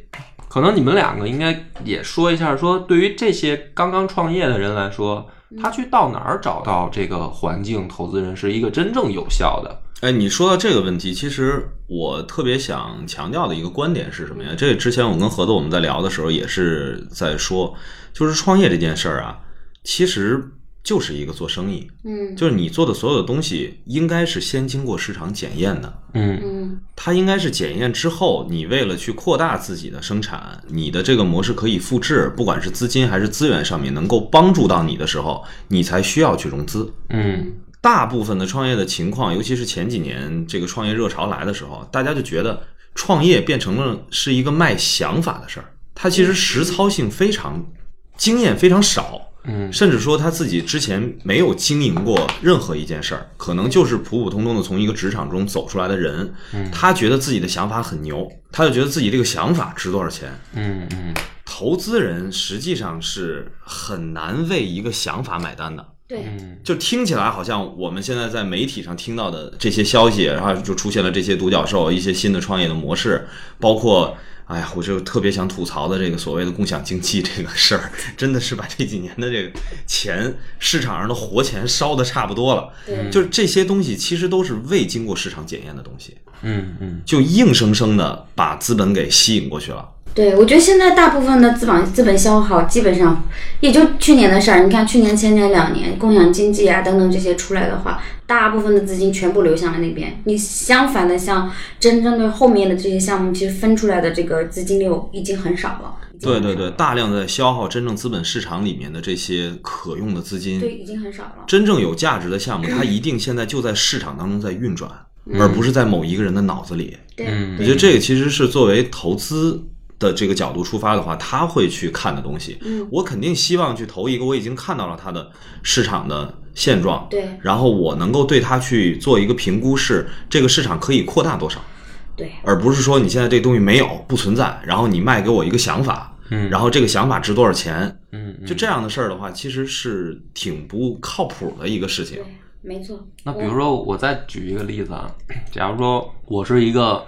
Speaker 1: 可能你们两个应该也说一下，说对于这些刚刚创业的人来说，他去到哪儿找到这个环境投资人是一个真正有效的？
Speaker 2: 哎，你说到这个问题，其实我特别想强调的一个观点是什么呀？这之前我跟何子我们在聊的时候也是在说，就是创业这件事儿啊，其实就是一个做生意，
Speaker 4: 嗯
Speaker 2: 就是你做的所有的东西应该是先经过市场检验的，
Speaker 1: 嗯
Speaker 4: 嗯
Speaker 2: 它应该是检验之后，你为了去扩大自己的生产，你的这个模式可以复制，不管是资金还是资源上面能够帮助到你的时候，你才需要去融资。
Speaker 1: 嗯
Speaker 2: 大部分的创业的情况，尤其是前几年这个创业热潮来的时候，大家就觉得创业变成了是一个卖想法的事儿，它其实实操性非常，经验非常少。
Speaker 1: 嗯
Speaker 2: 甚至说他自己之前没有经营过任何一件事儿，可能就是普普通通的从一个职场中走出来的人，
Speaker 1: 嗯
Speaker 2: 他觉得自己的想法很牛，他就觉得自己这个想法值多少钱。
Speaker 1: 嗯嗯，
Speaker 2: 投资人实际上是很难为一个想法买单的，
Speaker 4: 对
Speaker 2: 就听起来好像我们现在在媒体上听到的这些消息，然后就出现了这些独角兽、一些新的创业的模式，包括。哎呀，我就特别想吐槽的这个所谓的共享经济这个事
Speaker 3: (laughs)
Speaker 2: 儿，真的是把这几年的这个钱市场上的活钱烧的差不多了。
Speaker 4: 对
Speaker 2: 就是这些东西其实都是未经过市场检验的东西，
Speaker 1: 嗯嗯
Speaker 2: 就硬生生的把资本给吸引过去了。
Speaker 3: 对，我觉得现在大部分的资本资本消耗基本上也就去年的事儿。你看去年、前年两年共享经济啊等等这些出来的话，大部分的资金全部流向了那边。你相反的，像真正的后面的这些项目，其实分出来的这个资金流已经很少了。已经
Speaker 2: 对对对，大量在消耗真正资本市场里面的这些可用的资金，
Speaker 3: 对，已经很少了。
Speaker 2: 真正有价值的项目，它一定现在就在市场当中在运转，而不是在某一个人的脑子里。
Speaker 3: 对，
Speaker 1: 嗯
Speaker 2: 我觉得这个其实是作为投资的这个角度出发的话，他会去看的东西。我肯定希望去投一个我已经看到了它的市场的现状，
Speaker 3: 对
Speaker 2: 然后我能够对它去做一个评估，是这个市场可以扩大多少。
Speaker 3: 对，
Speaker 2: 而不是说你现在这东西没有不存在，然后你卖给我一个想法，
Speaker 1: 嗯
Speaker 2: 然后这个想法值多少钱，
Speaker 1: 嗯嗯。
Speaker 2: 就这样的事儿的话，其实是挺不靠谱的一个事情
Speaker 3: 对。，没错。
Speaker 1: 那比如说，我再举一个例子啊，假如说我是一个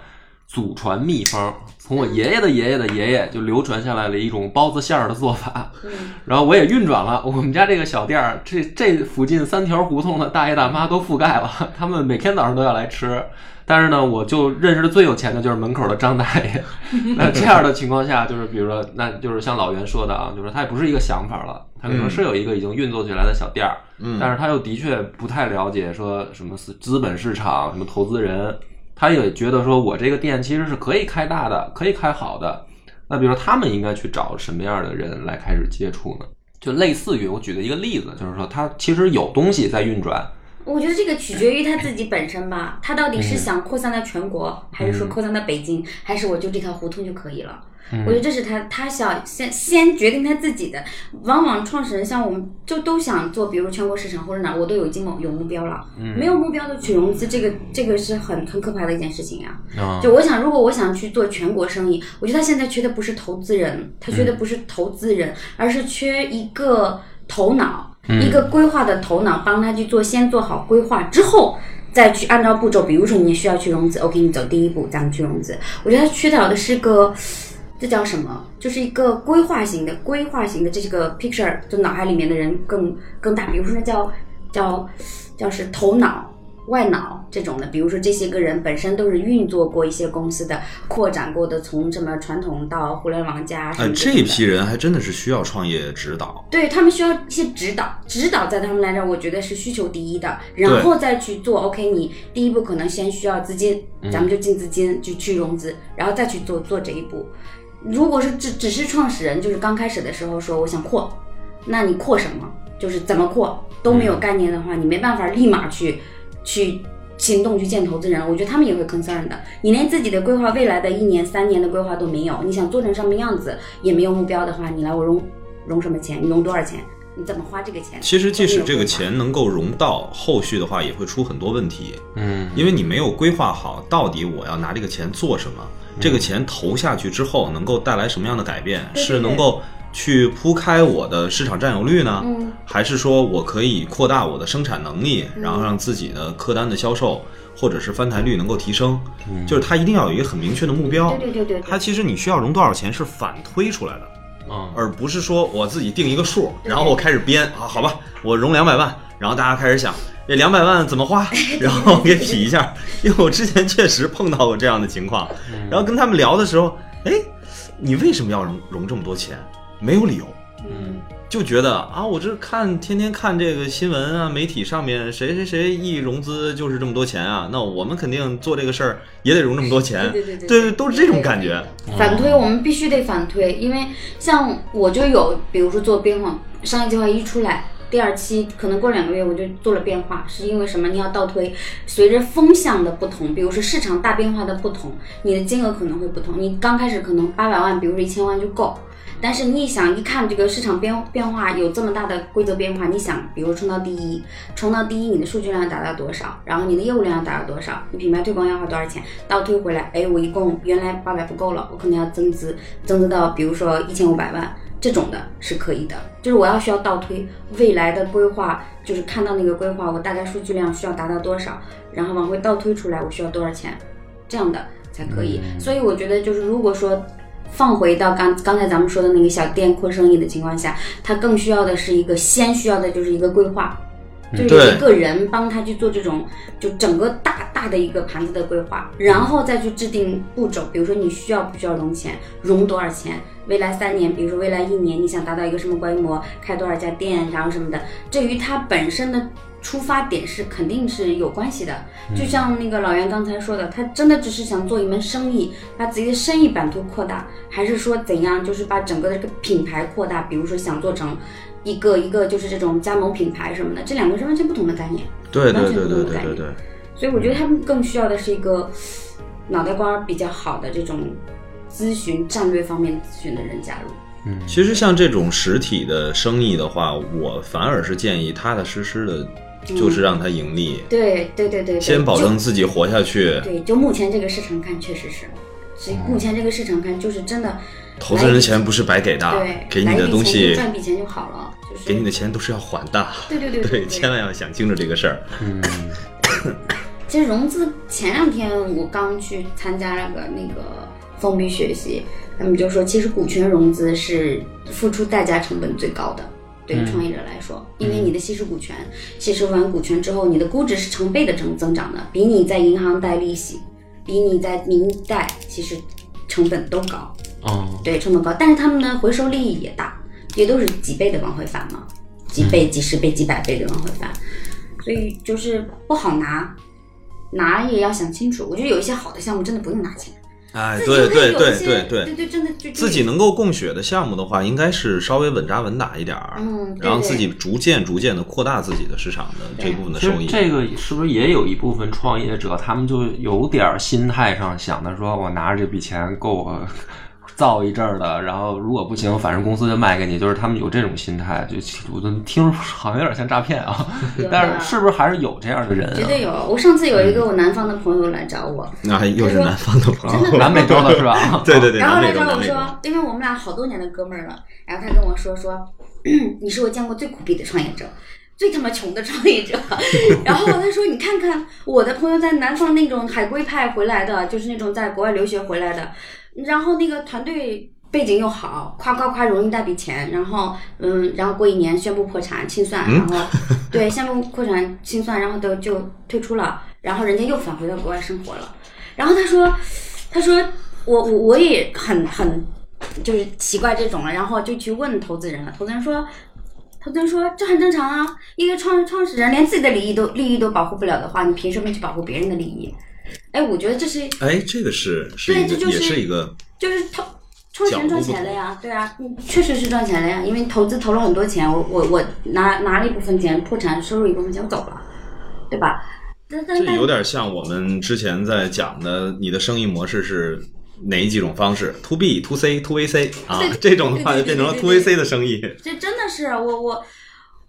Speaker 1: 祖传秘方，从我爷爷的爷爷的爷爷就流传下来了一种包子馅儿的做法，
Speaker 3: 嗯
Speaker 1: 然后我也运转了，我们家这个小店儿，这这附近三条胡同的大爷大妈都覆盖了， (laughs) 他们每天早上都要来吃。但是呢，我就认识的最有钱的就是门口的张大爷。 (laughs) 那这样的情况下，就是比如说，那就是像老袁说的啊，就是他也不是一个想法了，他可能是有一个已经运作起来的小店儿，
Speaker 2: 嗯
Speaker 1: 但是他又的确不太了解说什么资资本市场、什么投资人，他也觉得说我这个店其实是可以开大的，可以开好的。那比如说他们应该去找什么样的人来开始接触呢？就类似于我举的一个例子，就是说他其实有东西在运转，
Speaker 3: 我觉得这个取决于他自己本身吧，他到底是想扩散到全国，还是说扩散到北京，还是我就这条胡同就可以了。我觉得这是他他想先先决定他自己的。往往创始人像我们就都想做，比如全国市场或者哪儿，我都有已经有目标了。没有目标的去融资，这个这个是很很可怕的一件事情呀、
Speaker 1: 啊
Speaker 3: 就我想，如果我想去做全国生意，我觉得他现在缺的不是投资人，他缺的不是投资人，而是缺一个头脑，一个规划的头脑，帮他去做，先做好规划之后。再去按照步骤，比如说你需要去融资，OK，你走第一步，咱们去融资。我觉得他缺少的是个，这叫什么？就是一个规划型的，规划型的这个 picture，就脑海里面的人更更大。比如说那叫叫叫是头脑，外脑这种的，比如说这些个人本身都是运作过一些公司的，扩展过的，从什么传统到互联网加什
Speaker 2: 哎，
Speaker 3: 么之类
Speaker 2: 这
Speaker 3: 的
Speaker 2: 批人还真的是需要创业指导。
Speaker 3: 对他们需要一些指导，指导在他们来讲，我觉得是需求第一的，然后再去做。OK，你第一步可能先需要资金，咱们就进资金，就去融资，然后再去做做这一步。如果是只只是创始人，就是刚开始的时候说我想扩，那你扩什么？就是怎么扩都
Speaker 2: 嗯
Speaker 3: 没有概念的话，你没办法立马去去行动去见投资人，我觉得他们也会 concern 的。你连自己的规划未来的一年、三年的规划都没有，你想做成什么样子也没有目标的话，你来我融融什么钱？你融多少钱？你怎么花这个钱？
Speaker 2: 其实即使这个
Speaker 3: 都没有规划，
Speaker 2: 钱能够融到，后续的话也会出很多问题，
Speaker 1: 嗯，
Speaker 2: 因为你没有规划好到底我要拿这个钱做什么，这个钱投下去之后能够带来什么样的改变，
Speaker 3: 对对
Speaker 2: 是能够去铺开我的市场占有率呢，
Speaker 3: 嗯，
Speaker 2: 还是说我可以扩大我的生产能力，然后让自己的客单的销售或者是翻台率能够提升？就是它一定要有一个很明确的目标
Speaker 3: 对。对对对对
Speaker 2: 它其实你需要融多少钱是反推出来的，
Speaker 1: 啊，
Speaker 2: 而不是说我自己定一个数，然后我开始编啊，好吧，我融两百万，然后大家开始想这两百万怎么花，然后给匹一下，因为我之前确实碰到过这样的情况，然后跟他们聊的时候，哎，你为什么要融融这么多钱？没有理由，
Speaker 1: 嗯
Speaker 2: 就觉得啊，我这看天天看这个新闻啊，媒体上面谁谁谁一融资就是这么多钱啊，那我们肯定做这个事儿也得融这么多钱，
Speaker 3: 对对对对
Speaker 2: 对，都是这种感觉。
Speaker 3: 反推，我们必须得反推，因为像我就有，比如说做变化，商业计划一出来，第二期可能过两个月我就做了变化，是因为什么？你要倒推，随着风向的不同，比如说市场大变化的不同，你的金额可能会不同。你刚开始可能八百万，比如说一千万就够。但是你一想，一看这个市场变变化有这么大的规则变化，你想，比如冲到第一，冲到第一，你的数据量要达到多少？然后你的业务量要达到多少？你品牌推广要花多少钱？倒推回来，哎，我一共原来八百不够了，我可能要增资，增资到比如说一千五百万这种的是可以的。就是我要需要倒推未来的规划，就是看到那个规划，我大概数据量需要达到多少，然后往回倒推出来我需要多少钱，这样的才可以。所以我觉得就是如果说。放回到刚刚才咱们说的那个小店扩生意的情况下，他更需要的是一个先需要的就是一个规划，就是
Speaker 2: 对
Speaker 3: 一个人帮他去做这种就整个大大的一个盘子的规划，然后再去制定步骤，比如说你需要不需要融钱，融多少钱，未来三年，比如说未来一年你想达到一个什么规模，开多少家店，然后什么的，这与他本身的。出发点是肯定是有关系的，就像那个老袁刚才说的，他真的只是想做一门生意，把自己的生意版图扩大，还是说怎样，就是把整个的这个品牌扩大，比如说想做成一个一个就是这种加盟品牌什么的，这两个是完全不同的概念。
Speaker 2: 对
Speaker 3: 完
Speaker 2: 对
Speaker 3: 全
Speaker 2: 对对
Speaker 3: 不同的
Speaker 2: 对
Speaker 3: 概
Speaker 2: 对
Speaker 3: 念
Speaker 2: 对。
Speaker 3: 所以我觉得他们更需要的是一个脑袋瓜儿比较好的这种咨询战略方面咨询的人加入。
Speaker 2: 其实像这种实体的生意的话，我反而是建议踏踏实实的，就是让它盈利，
Speaker 3: 对对对嗯对，对
Speaker 2: 先保证
Speaker 3: 就
Speaker 2: 自己活下去。
Speaker 3: 对，就目前这个市场看，确实是，所以
Speaker 2: 嗯
Speaker 3: 目前这个市场看，就是真的
Speaker 2: 投资人的钱不是白给的
Speaker 3: 对，，
Speaker 2: 啊给
Speaker 3: 来
Speaker 2: 你
Speaker 3: 一
Speaker 2: 的
Speaker 3: 笔
Speaker 2: 东
Speaker 3: 钱就
Speaker 2: 西，
Speaker 3: 赚笔钱就好了，就是
Speaker 2: 给你的钱都是要还的。
Speaker 3: 对对对
Speaker 2: 对，
Speaker 3: 对，
Speaker 2: 千万要想清楚这个事儿。
Speaker 3: 其实融资前两天我刚去参加了个那个封闭学习，他们就说，其实股权融资是付出代价成本最高的，对于创业者来说，因为你的稀释股权，稀释完股权之后，你的估值是成倍的成增长的，比你在银行贷利息，比你在民贷其实成本都高，
Speaker 1: 哦，
Speaker 2: 嗯
Speaker 3: 对，成本高，但是他们呢回收利益也大，也都是几倍的往回返嘛，几倍、几十倍、几百倍的往回返，所以就是不好拿，拿也要想清楚。我觉得有一些好的项目真的不用拿钱，
Speaker 2: 哎，
Speaker 3: 自己
Speaker 2: 对
Speaker 3: 可
Speaker 2: 对
Speaker 3: 以有
Speaker 2: 对
Speaker 3: 一些
Speaker 2: 对
Speaker 3: 对对，真的就
Speaker 2: 自己，能够供血的项目的话，应该是稍微稳扎稳打一点儿，
Speaker 3: 嗯对
Speaker 2: 然后
Speaker 3: 对
Speaker 2: 自己逐渐逐渐的扩大自己的市场的这部分的
Speaker 1: 其
Speaker 2: 收
Speaker 1: 实
Speaker 2: 益。
Speaker 1: 这个是不是也有一部分创业者，他们就有点儿心态上想的，说我拿着这笔钱够我造一阵儿的，然后如果不行，反正公司就卖给你，就是他们有这种心态，就我怎么听着好像有点像诈骗啊？
Speaker 3: 有
Speaker 1: 但
Speaker 3: 的
Speaker 1: 是是不是还是有这样的人
Speaker 3: 绝
Speaker 1: 啊？
Speaker 3: 对有。我上次有一个我南方的朋友来找我，
Speaker 2: 那又是南方的朋友，
Speaker 1: 南美洲的是吧？
Speaker 2: (laughs) 对对对，
Speaker 3: 然后
Speaker 2: 南
Speaker 3: 来
Speaker 2: 美洲，
Speaker 3: 找
Speaker 2: 南
Speaker 3: 我
Speaker 2: 美洲。
Speaker 3: 说，因为我们俩好多年的哥们儿了，然后他跟我说说， (clears throat) 嗯你是我见过最苦逼的创业者，最他妈穷的创业者。 (laughs) 然后他说，你看看我的朋友在南方那种海归派回来的，就是那种在国外留学回来的，然后那个团队背景又好，夸夸夸融一大笔钱，然后嗯，然后过一年宣布破产清算，
Speaker 2: 嗯
Speaker 3: 然后、对宣布破产清算，然后都就退出了，然后人家又返回到国外生活了。然后他说，他说我我我也很很就是奇怪这种了，然后就去问投资人了，投资人说。投资人说：“这很正常啊，一个创创始人连自己的利益都利益都保护不了的话，你凭什么去保护别人的利益？”哎，我觉得这是
Speaker 2: 哎，这个是是
Speaker 3: 对
Speaker 2: 一个
Speaker 3: 这就是
Speaker 2: 也是一个
Speaker 3: 就是投创始人赚钱了呀，对啊，嗯确实是赚钱了呀，因为投资投了很多钱，我我我拿拿了一部分钱，破产收入一部分钱，我走了，对吧？但但
Speaker 2: 这
Speaker 3: 但
Speaker 2: 有点像我们之前在讲的，你的生意模式是哪几种方式？to B、to C、to VC 啊 (laughs)
Speaker 3: 对，
Speaker 2: 这种的话
Speaker 3: 对对对
Speaker 2: 就变成了
Speaker 3: 对
Speaker 2: to
Speaker 3: 对对
Speaker 2: VC 的生意。
Speaker 3: 这真的是啊我我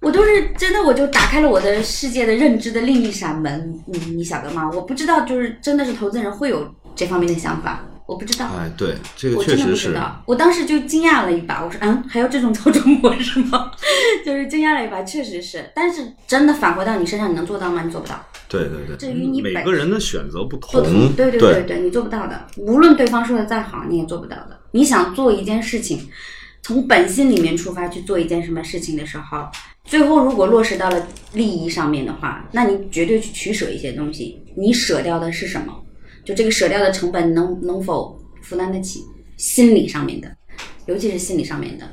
Speaker 3: 我都是真的，我就打开了我的世界的认知的另一扇门，你你晓得吗？我不知道，就是真的是投资人会有这方面的想法，我不知道。
Speaker 2: 哎，对，这个
Speaker 3: 啊我
Speaker 2: 确
Speaker 3: 真的
Speaker 2: 实
Speaker 3: 不知
Speaker 2: 是。
Speaker 3: 道，我当时就惊讶了一把，我说嗯，还有这种操作模式吗？ (laughs) 就是惊讶了一把，确实是，但是真的返回到你身上，你能做到吗？你做不到，
Speaker 2: 对对对，
Speaker 3: 至于你
Speaker 2: 每
Speaker 3: 本
Speaker 2: 个人的选择不
Speaker 3: 做
Speaker 2: 同
Speaker 3: 不到，，对对
Speaker 2: 对
Speaker 3: 对对，你做不到的，无论对方说的再好，你也做不到的。你想做一件事情，从本心里面出发去做一件什么事情的时候，最后如果落实到了利益上面的话，那你绝对去取舍一些东西，你舍掉的是什么？就这个舍掉的成本能能否负担得起？心理上面的，尤其是心理上面的。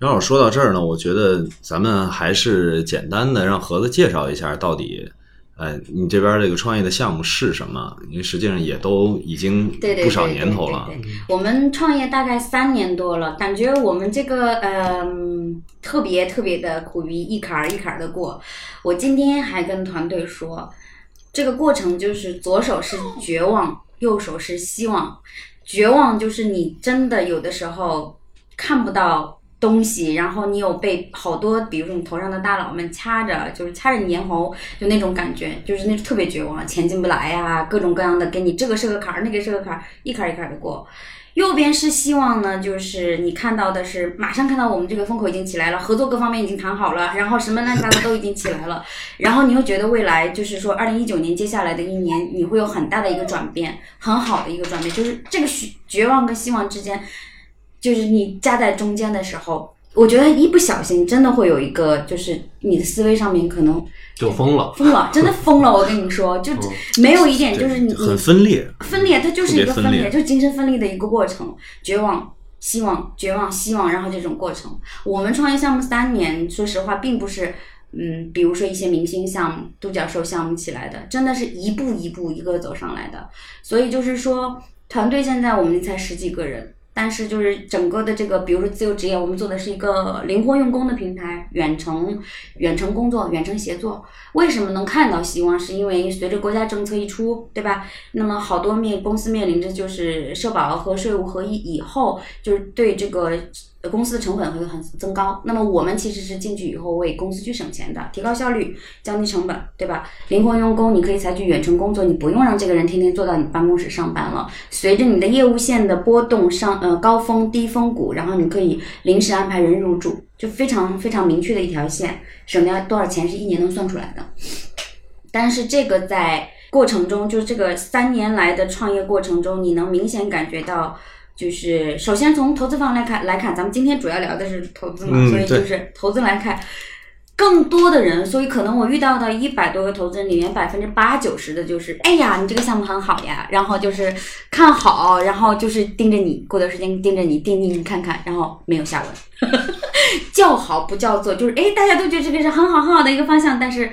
Speaker 2: 正好说到这儿呢，我觉得咱们还是简单的让盒子介绍一下到底。哎，你这边这个创业的项目是什么？因为实际上也都已经
Speaker 3: 对对，
Speaker 2: 不少
Speaker 3: 对对
Speaker 2: 年头
Speaker 3: 对
Speaker 2: 了
Speaker 3: 对。我们创业大概三年多了，感觉我们这个嗯、特别特别的苦于一坎儿一坎儿的过。我今天还跟团队说，这个过程就是左手是绝望，右手是希望。绝望就是你真的有的时候看不到。东西，然后你有被好多，比如说你头上的大佬们掐着，就是掐着你咽喉，就那种感觉，就是那特别绝望，钱进不来呀、各种各样的给你这个是个坎儿，那个是个坎儿，一坎儿一坎儿的过。右边是希望呢，就是你看到的是马上看到我们这个风口已经起来了，合作各方面已经谈好了，然后什么乱七八糟都已经起来了， (laughs) 然后你又觉得未来就是说二零一九年接下来的一年，你会有很大的一个转变，很好的一个转变，就是这个许绝望跟希望之间，就是你夹在中间的时候，我觉得一不小心真的会有一个，就是你的思维上面可能
Speaker 1: 就疯了。
Speaker 3: 疯了，真的疯了！我跟你说，就没有一点哎就是你
Speaker 2: 很
Speaker 3: 你
Speaker 2: 分裂，
Speaker 3: 分裂，它就是一
Speaker 2: 特
Speaker 3: 个
Speaker 2: 别
Speaker 3: 分
Speaker 2: 分裂
Speaker 3: 裂，就是精神分裂的一个过程，绝望。希望、绝望、希望，然后这种过程。我们创业项目三年，说实话，并不是，嗯，比如说一些明星项目、独角兽项目起来的，真的是一步一步一个走上来的。所以就是说，团队现在我们才十几个人，但是就是整个的这个，比如说自由职业，我们做的是一个灵活用工的平台，远程、远程工作、远程协作。为什么能看到希望？是因为随着国家政策一出，对吧？那么好多面公司面临着就是社保啊和税务合一以后，就是对这个呃公司的成本会很增高。那么我们其实是进去以后为公司去省钱的，提高效率，降低成本，对吧？灵活用工，你可以采取远程工作，你不用让这个人天天坐到你办公室上班了。随着你的业务线的波动上，呃高峰低峰谷，然后你可以临时安排人入驻，就非常非常明确的一条线，省掉多少钱是一年能算出来的。但是这个在过程中，就是这个三年来的创业过程中，你能明显感觉到，就是首先从投资方来看来看，咱们今天主要聊的是投资嘛，
Speaker 2: 嗯
Speaker 3: 所以
Speaker 2: 对
Speaker 3: 就是投资来看。更多的人，所以可能我遇到的一百多个投资人里面，百分之八九十的就是，哎呀，你这个项目很好呀，然后就是看好，然后就是盯着你，过段时间盯着你，盯着你看看，然后没有下文。 (laughs) 叫好不叫座，就是哎，大家都觉得这个是很好很好的一个方向，但是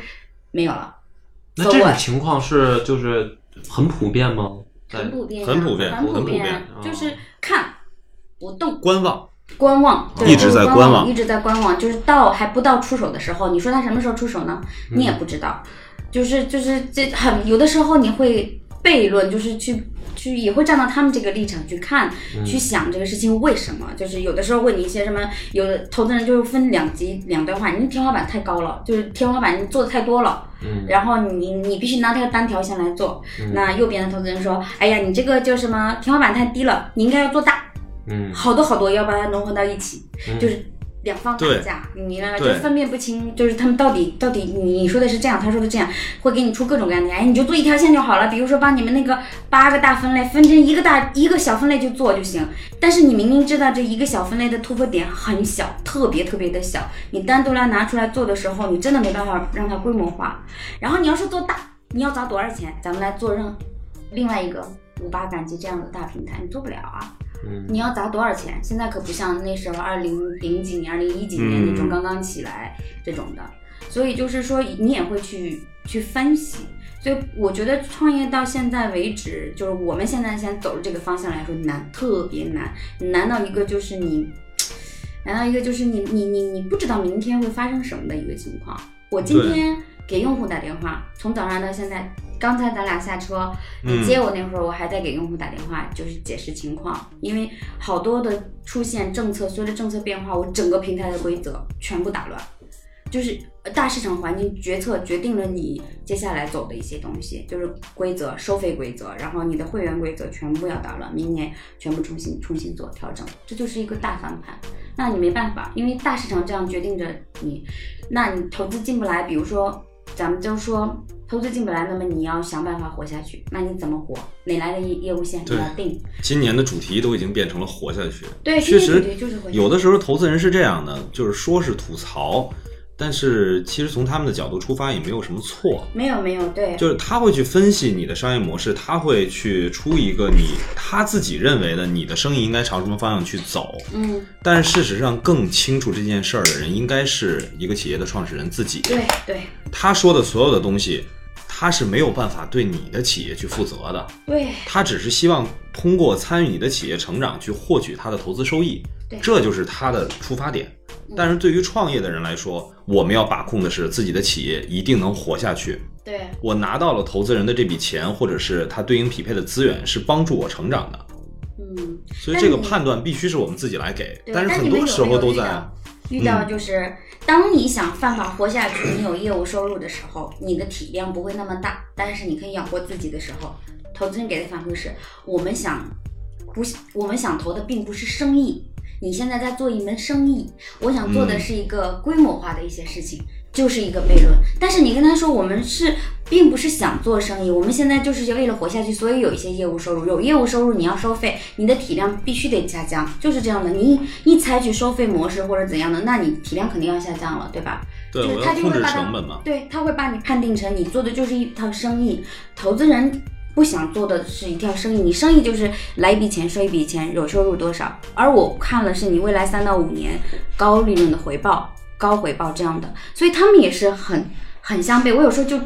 Speaker 3: 没有了。
Speaker 1: 那
Speaker 3: 走
Speaker 1: 这种
Speaker 3: 过
Speaker 1: 情况是就是很普遍吗？在
Speaker 3: 很普遍啊，
Speaker 2: 很普遍嗯
Speaker 3: 很
Speaker 2: 很普
Speaker 3: 遍啊，
Speaker 1: 遍
Speaker 3: 就是看不动，
Speaker 2: 观望。
Speaker 3: 观望，对
Speaker 2: 一直在
Speaker 3: 就是
Speaker 2: 观
Speaker 3: 观
Speaker 2: 望
Speaker 3: 一直在观望，就是到还不到出手的时候，你说他什么时候出手呢？你也不知道，就是就是这很有的时候你会悖论，就是去。去也会站到他们这个立场去看、去想这个事情为什么，就是有的时候问你一些什么，有的投资人就是分两极两端话，你天花板太高了，就是天花板你做的太多了，然后你你必须拿这个单条线来做。那右边的投资人说，哎呀，你这个叫什么天花板太低了，你应该要做大，
Speaker 1: 嗯
Speaker 3: 好多好多要把它融合到一起，就是两方打
Speaker 2: 嗯对
Speaker 3: 架，你明白吗？就
Speaker 2: 对
Speaker 3: 分辨不清，就是他们到底到底你说的是这样，他说的这样，会给你出各种各样的哎，你就做一条线就好了。比如说把你们那个八个大分类分成一个大一个小分类就做就行。但是你明明知道这一个小分类的突破点很小，特别特别的小，你单独来拿出来做的时候，你真的没办法让它规模化。然后你要是做大，你要找多少钱？咱们来做任另外一个五八赶集这样的大平台，你做不了啊。
Speaker 1: 嗯，
Speaker 3: 你要砸多少钱？现在可不像那时候二零零几年、二零一几年那种
Speaker 1: 嗯
Speaker 3: 刚刚起来这种的，所以就是说你也会去去分析。所以我觉得创业到现在为止，就是我们现在先走的这个方向来说难，特别难，难到一个就是你，难到一个就是你你你你不知道明天会发生什么的一个情况。我今
Speaker 2: 对
Speaker 3: 天给用户打电话，从早上到现在，刚才咱俩下车，你
Speaker 2: 嗯
Speaker 3: 接我那会儿，我还在给用户打电话，就是解释情况，因为好多的出现政策，随着政策变化，我整个平台的规则全部打乱，就是呃大市场环境决策决定了你接下来走的一些东西，就是规则、收费规则，然后你的会员规则全部要打乱，明年全部重新重新做调整，这就是一个大翻盘。那你没办法，因为大市场这样决定着你，那你投资进不来，比如说咱们就说投资进不来，那么你要想办法活下去，那你怎么活？哪来的业业务线你
Speaker 2: 对
Speaker 3: 要定？
Speaker 2: 今年的主题都已经变成了活下去。
Speaker 3: 对，
Speaker 2: 确
Speaker 3: 这个
Speaker 2: 实
Speaker 3: 主题就是活下去
Speaker 2: 有的时候投资人是这样的，就是说是吐槽，但是其实从他们的角度出发也没有什么错。
Speaker 3: 没有没有对，
Speaker 2: 就是他会去分析你的商业模式，他会去出一个你他自己认为的你的生意应该朝什么方向去走。
Speaker 3: 嗯
Speaker 2: 但是事实上，更清楚这件事儿的人应该是一个企业的创始人自己。
Speaker 3: 对对
Speaker 2: 他说的所有的东西，他是没有办法对你的企业去负责的，
Speaker 3: 对
Speaker 2: 他只是希望通过参与你的企业成长去获取他的投资收益
Speaker 3: 对，嗯
Speaker 2: 这就是他的出发点。但是对于创业的人来说，我们要把控的是自己的企业一定能活下去。
Speaker 3: 对
Speaker 2: 我拿到了投资人的这笔钱，或者是他对应匹配的资源，是帮助我成长的。
Speaker 3: 嗯。
Speaker 2: 所以这个判断必须是我们自己来给，
Speaker 3: 对
Speaker 2: 但是
Speaker 3: 但
Speaker 2: 很
Speaker 3: 你们
Speaker 2: 多
Speaker 3: 有
Speaker 2: 时
Speaker 3: 没
Speaker 2: 候
Speaker 3: 有
Speaker 2: 都
Speaker 3: 遇
Speaker 2: 在嗯
Speaker 3: 到遇到就是，当你想办法活下去，你有业务收入的时候，你的体量不会那么大，但是你可以养活自己的时候，投资人给的反馈是，我们想不是我们想投的并不是生意，你现在在做一门生意，我想做的
Speaker 2: 嗯
Speaker 3: 是一个规模化的一些事情。就是一个悖论，但是你跟他说我们是并不是想做生意，我们现在就是为了活下去，所以有一些业务收入，有业务收入你要收费，你的体量必须得下降，就是这样的。你你采取收费模式或者怎样的，那你体量肯定要下降了，对吧？
Speaker 2: 对
Speaker 3: 就是
Speaker 2: 我
Speaker 3: 他
Speaker 2: 要
Speaker 3: 就
Speaker 2: 控
Speaker 3: 会
Speaker 2: 制
Speaker 3: 把它
Speaker 2: 成本嘛。
Speaker 3: 对，他会把你判定成你做的就是一套生意，投资人不想做的是一条生意，你生意就是来一笔钱收一笔钱，有收入多少，而我看的是你未来三到五年高利润的回报、高回报这样的，所以他们也是很很相悖。我有时候就。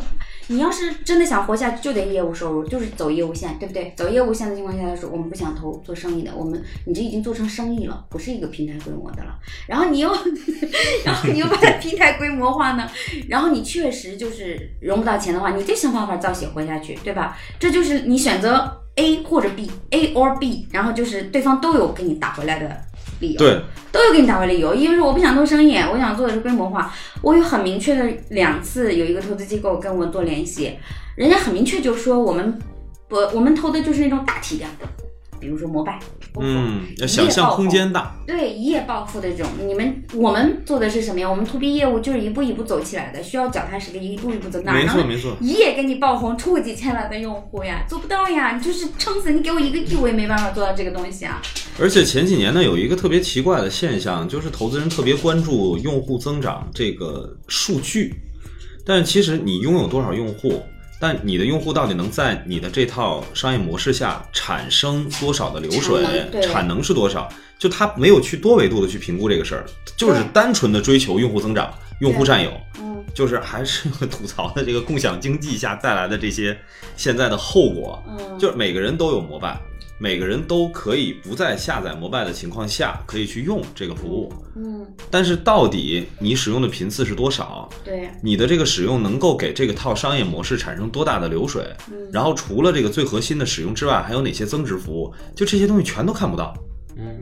Speaker 3: 你要是真的想活下去，就得业务收入，就是走业务线，对不对？走业务线的情况下来说，我们不想投做生意的，我们你这已经做成生意了，不是一个平台规模的了。然后你又， (laughs) 然后你又把它平台规模化呢，然后你确实就是融不到钱的话，你就想办法造血活下去，对吧？这就是你选择 A 或者 B，A or B，然后就是对方都有给你打回来的理由，
Speaker 2: 对，
Speaker 3: 都有给你打回来理由，因为说我不想做生意，我想做的是规模化。我有很明确的两次有一个投资机构跟我做联系，人家很明确就说我们不，我们投的就是那种大体量的，比如说摩拜，
Speaker 2: 嗯，要
Speaker 3: 你
Speaker 2: 想
Speaker 3: 也
Speaker 2: 象
Speaker 3: 爆
Speaker 2: 空
Speaker 3: 红
Speaker 2: 间大，
Speaker 3: 对一夜暴富的这种，你们我们做的是什么呀？我们 to B 业务就是一步一步走起来的，需要脚踏实地，一步一步走，哪
Speaker 2: 没错
Speaker 3: 能
Speaker 2: 没错。
Speaker 3: 一夜给你爆红，出几千万的用户呀？做不到呀！你就是撑死你给我一个亿，我也没办法做到这个东西啊。
Speaker 2: 而且前几年呢，有一个特别奇怪的现象，就是投资人特别关注用户增长这个数据，但其实你拥有多少用户，但你的用户到底能在你的这套商业模式下产生多少的流水
Speaker 3: 产能，对
Speaker 2: 产能是多少？就他没有去多维度的去评估这个事儿，就是
Speaker 3: 对
Speaker 2: 单纯的追求用户增长、用户
Speaker 3: 对
Speaker 2: 占有。
Speaker 3: 嗯
Speaker 2: 就是还是吐槽的这个共享经济下带来的这些现在的后果，
Speaker 3: 嗯，
Speaker 2: 就是每个人都有摩拜，每个人都可以不在下载摩拜的情况下可以去用这个服务，
Speaker 3: 嗯，
Speaker 2: 但是到底你使用的频次是多少？
Speaker 3: 对，
Speaker 2: 你的这个使用能够给这个套商业模式产生多大的流水？然后除了这个最核心的使用之外，还有哪些增值服务？就这些东西全都看不到。
Speaker 3: 嗯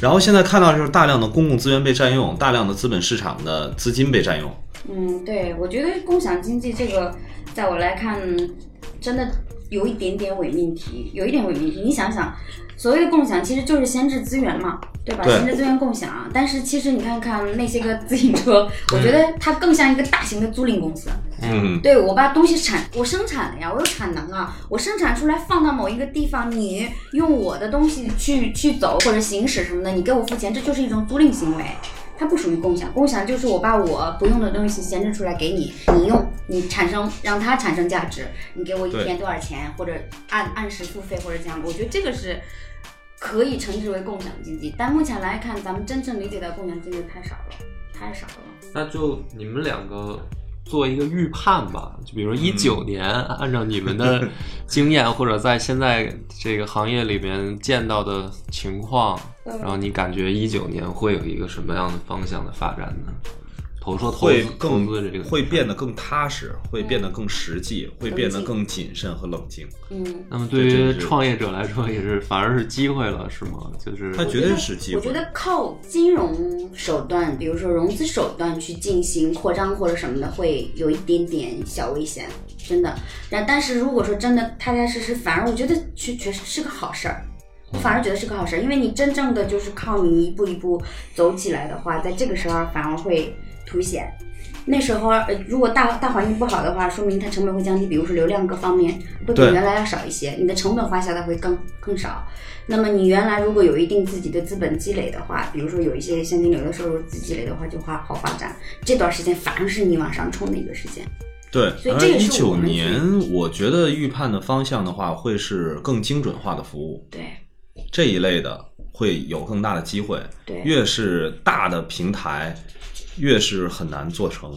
Speaker 2: 然后现在看到就是大量的公共资源被占用，大量的资本市场的资金被占用。
Speaker 3: 嗯，对，我觉得共享经济这个，在我来看，真的有一点点伪命题，有一点伪命题。你想想，所谓的共享其实就是闲置资源嘛，对吧？
Speaker 2: 对
Speaker 3: 闲置资源共享，啊但是其实你看看那些个自行车，我觉得它更像一个大型的租赁公司。
Speaker 2: 嗯，
Speaker 3: 对我把东西产，我生产了呀，我有产能啊，我生产出来放到某一个地方，你用我的东西去去走或者行驶什么的，你给我付钱，这就是一种租赁行为，它不属于共享。共享就是我把我不用的东西闲置出来给你，你用，你产生让它产生价值，你给我一
Speaker 2: 对
Speaker 3: 天多少钱，或者按按时付费或者这样的，我觉得这个是。可以称之为共享经济，但目前来看，咱们真正理解到共享经济太少了，太少了。
Speaker 1: 那就你们两个做一个预判吧，就比如一九年，
Speaker 3: 嗯
Speaker 1: 按照你们的经验或者在现在这个行业里面见到的情况，
Speaker 3: 嗯
Speaker 1: 然后你感觉一九年会有一个什么样的方向的发展呢？投说投
Speaker 2: 会
Speaker 1: 资
Speaker 2: 更
Speaker 1: 投资这个
Speaker 2: 会变得。更踏实，会变得更实际，会变得更谨慎和冷静。
Speaker 3: 嗯，
Speaker 1: 那么对
Speaker 2: 这
Speaker 1: 于
Speaker 2: 真是
Speaker 1: 创业者来说，也是反而是机会了，是吗？就是
Speaker 2: 它
Speaker 3: 我
Speaker 2: 绝
Speaker 3: 觉
Speaker 2: 对
Speaker 3: 得
Speaker 2: 是机
Speaker 3: 我觉
Speaker 2: 会
Speaker 3: 得靠金融手段，比如说融资手段去进行扩张或者什么的，会有一点点小危险，真的。然但是如果说真的踏踏实实，反而我觉得确确实是个好事儿。我反而觉得是个好事儿，因为你真正的就是靠你一步一步走起来的话，在这个时候反而会凸显。那时候，呃，如果大大环境不好的话，说明它成本会降低，比如说流量各方面会比
Speaker 2: 对
Speaker 3: 原来要少一些，你的成本花销的会更更少。那么你原来如果有一定自己的资本积累的话，比如说有一些现金流的收入积累的话，就话好发展。这段时间反而是你往上冲的一个时间。
Speaker 2: 对，
Speaker 3: 所以
Speaker 2: 而
Speaker 3: 这也
Speaker 2: 一
Speaker 3: 是我
Speaker 2: 九
Speaker 3: 们
Speaker 2: 年，我觉得预判的方向的话，会是更精准化的服务
Speaker 3: 对
Speaker 2: 这一类的，会有更大的机会。
Speaker 3: 对，
Speaker 2: 越是大的平台，越是很难做成，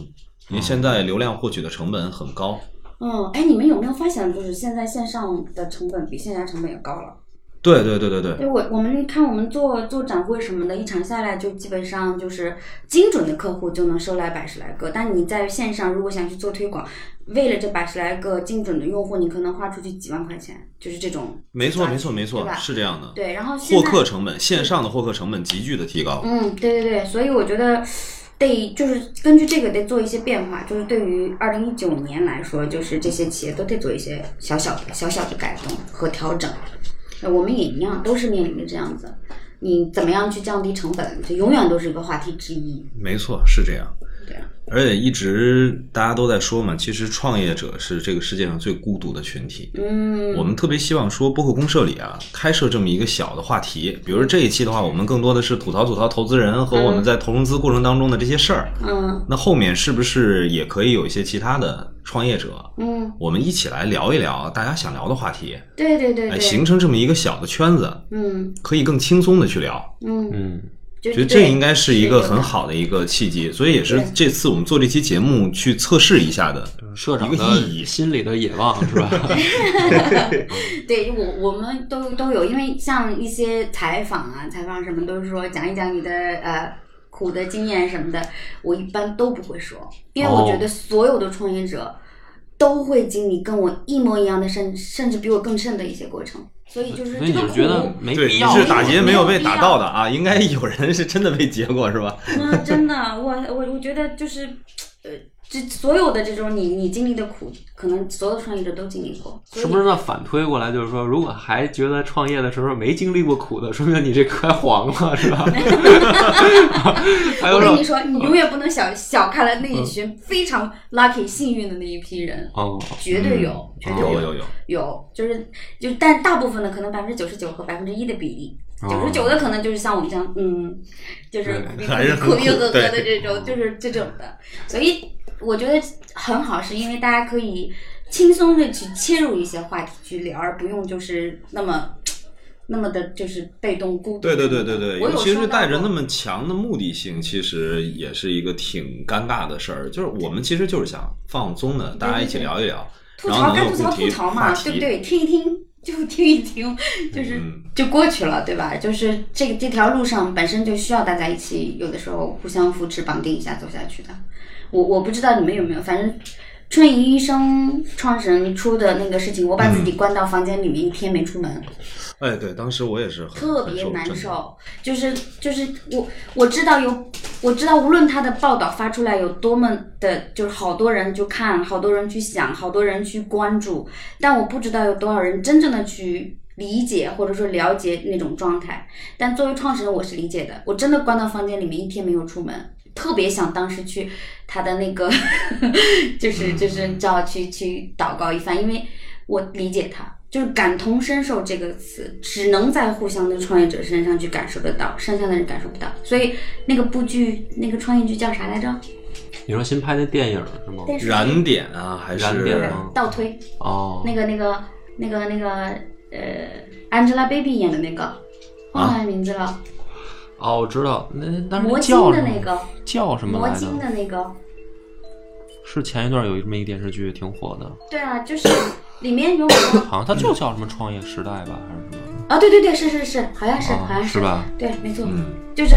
Speaker 2: 因为现在流量获取的成本很高。
Speaker 3: 嗯，哎，你们有没有发现，就是现在线上的成本比线下成本也高了？
Speaker 2: 对对对对对，
Speaker 3: 对我我们看我们做做展会什么的，一场下来就基本上就是精准的客户就能收来百十来个。但你在线上如果想去做推广，为了这百十来个精准的用户，你可能花出去几万块钱，就是这种。
Speaker 2: 没错没错没
Speaker 3: 对
Speaker 2: 错
Speaker 3: 吧，
Speaker 2: 是这样的。
Speaker 3: 对，然后现
Speaker 2: 获
Speaker 3: 在
Speaker 2: 客成本，线上的获客成本急剧的提高。
Speaker 3: 嗯，对对对，所以我觉得得就是根据这个得做一些变化，就是对于二零一九年来说，就是这些企业都得做一些小小的、小小的改动和调整。那我们也一样，都是面临着这样子，你怎么样去降低成本，这永远都是一个话题之一。
Speaker 2: 没错，是这样。
Speaker 3: 对啊，
Speaker 2: 而且一直大家都在说嘛，其实创业者是这个世界上最孤独的群体。
Speaker 3: 嗯，
Speaker 2: 我们特别希望说，播客公社里啊，开设这么一个小的话题，比如说这一期的话，我们更多的是吐槽吐槽投资人和我们在投融资过程当中的这些事儿。
Speaker 3: 嗯
Speaker 2: 那后面是不是也可以有一些其他的创业者，
Speaker 3: 嗯，
Speaker 2: 我们一起来聊一聊大家想聊的话题，
Speaker 3: 对对对
Speaker 2: 哎，
Speaker 3: 对，
Speaker 2: 形成这么一个小的圈子，
Speaker 3: 嗯
Speaker 2: 可以更轻松的去聊。
Speaker 3: 嗯，
Speaker 1: 嗯，
Speaker 3: 就
Speaker 2: 觉得
Speaker 3: 是
Speaker 2: 这应该是一个
Speaker 3: 对对
Speaker 2: 很好的一个契机，所以也是
Speaker 3: 对
Speaker 2: 这次我们做这期节目去测试一下的。
Speaker 1: 社长
Speaker 2: 一个
Speaker 1: 的
Speaker 2: 意义
Speaker 1: 心里的野望是吧？
Speaker 3: 对我我们都都有，因为像一些采访啊、采访什么，都是说讲一讲你的呃苦的经验什么的，我一般都不会说，因为我
Speaker 1: 哦
Speaker 3: 觉得所有的创业者都会经历跟我一模一样的，甚甚至比我更甚的一些过程，所以就是
Speaker 1: 所以你
Speaker 3: 这个
Speaker 1: 就
Speaker 3: 苦
Speaker 1: 觉得没
Speaker 2: 对，
Speaker 1: 必
Speaker 2: 你
Speaker 1: 要
Speaker 2: 是
Speaker 1: 吗
Speaker 2: 打劫没有被
Speaker 3: 没有必要
Speaker 2: 打到的啊，应该有人是真的被劫过是吧？
Speaker 3: 那嗯真的，我我我觉得就是，呃，这所有的这种你你经历的苦，可能所有的创业者都经历过，所以
Speaker 1: 是不是那反推过来就是说，如果还觉得创业的时候没经历过苦的，说明你这快黄了，是吧？ (laughs)
Speaker 2: 哎
Speaker 1: 还有
Speaker 3: 我
Speaker 1: 什
Speaker 3: 跟
Speaker 1: 么
Speaker 3: 你？说，
Speaker 2: 嗯
Speaker 3: 你永远不能小小看了那一群非常 lucky 幸运的那一批人，
Speaker 1: 哦，
Speaker 3: 绝对有，绝对
Speaker 2: 嗯有
Speaker 3: 有，
Speaker 2: 有有，
Speaker 3: 有就是就但大部分的可能百分之九十九和百分之一的比例，
Speaker 2: 哦
Speaker 3: 九十九的可能就是像我们这样，嗯，就是
Speaker 1: 对
Speaker 2: (laughs)
Speaker 3: 苦逼
Speaker 2: 还是
Speaker 3: 苦逼
Speaker 2: 很苦
Speaker 3: 呵呵的
Speaker 2: 对
Speaker 3: 这种，就是这种的，所以我觉得很好，是因为大家可以轻松的去切入一些话题去聊，而不用就是那么那么的就是被动孤独。
Speaker 2: 对对对对对，尤
Speaker 3: 我有
Speaker 2: 其
Speaker 3: 收
Speaker 2: 是
Speaker 3: 到
Speaker 2: 带着
Speaker 3: 过
Speaker 2: 那么强的目的性，其实也是一个挺尴尬的事儿。就是我们其实就是想放松的，大家一起聊一聊，
Speaker 3: 吐
Speaker 2: 然
Speaker 3: 槽
Speaker 2: 后
Speaker 3: 该
Speaker 2: 能有
Speaker 3: 吐槽
Speaker 2: 主
Speaker 3: 吐
Speaker 2: 题
Speaker 3: 槽嘛，
Speaker 2: 话
Speaker 3: 对不
Speaker 2: 题。
Speaker 3: 对？听一听就听一听，就是、
Speaker 2: 嗯
Speaker 3: 就过去了，对吧？就是这个这条路上本身就需要大家一起，有的时候互相扶持、绑定一下走下去的。我我不知道你们有没有，反正春营医生创始人出的那个事情，我把
Speaker 2: 嗯
Speaker 3: 自己关到房间里面一天没出门，
Speaker 2: 哎，对，当时我也是很
Speaker 3: 特别
Speaker 2: 很
Speaker 3: 难
Speaker 2: 真的
Speaker 3: 受。就是就是我我知道有，我知道无论他的报道发出来有多么的，就是好多人去看，好多人去想，好多人去关注，但我不知道有多少人真正的去。理解或者说了解那种状态，但作为创始人，我是理解的。我真的关到房间里面一天没有出门，特别想当时去他的那个， (laughs) 就是就是叫去去祷告一番，因为我理解他，就是感同身受这个词，只能在互相的创业者身上去感受得到，剩下的人感受不到。所以那个部剧，那个创业剧叫啥来着？
Speaker 1: 你说新拍那电影是吗？
Speaker 3: 电视剧
Speaker 2: 燃点啊，还是
Speaker 1: 燃点啊
Speaker 3: 倒推
Speaker 1: 哦，
Speaker 3: 那个那个那个那个呃，Angelababy 演的那
Speaker 1: 啊
Speaker 3: 个，忘了她名字了，
Speaker 1: 哦，我知道，那但是
Speaker 3: 魔
Speaker 1: 那
Speaker 3: 晶
Speaker 1: 叫
Speaker 3: 的
Speaker 1: 什么
Speaker 3: 那个，
Speaker 1: 叫什么
Speaker 3: 魔
Speaker 1: 来
Speaker 3: 晶
Speaker 1: 着？
Speaker 3: 的那个。
Speaker 1: 是前一段有这么一个电视剧挺火的，
Speaker 3: 对啊，就是里面有很多
Speaker 1: 好像它就叫什么《创业时代》吧，还是什么？
Speaker 3: 啊，对对对，是是是，好像是、好
Speaker 1: 啊
Speaker 3: 像
Speaker 1: 是吧？
Speaker 3: 对，没错，
Speaker 2: 嗯，
Speaker 3: 就是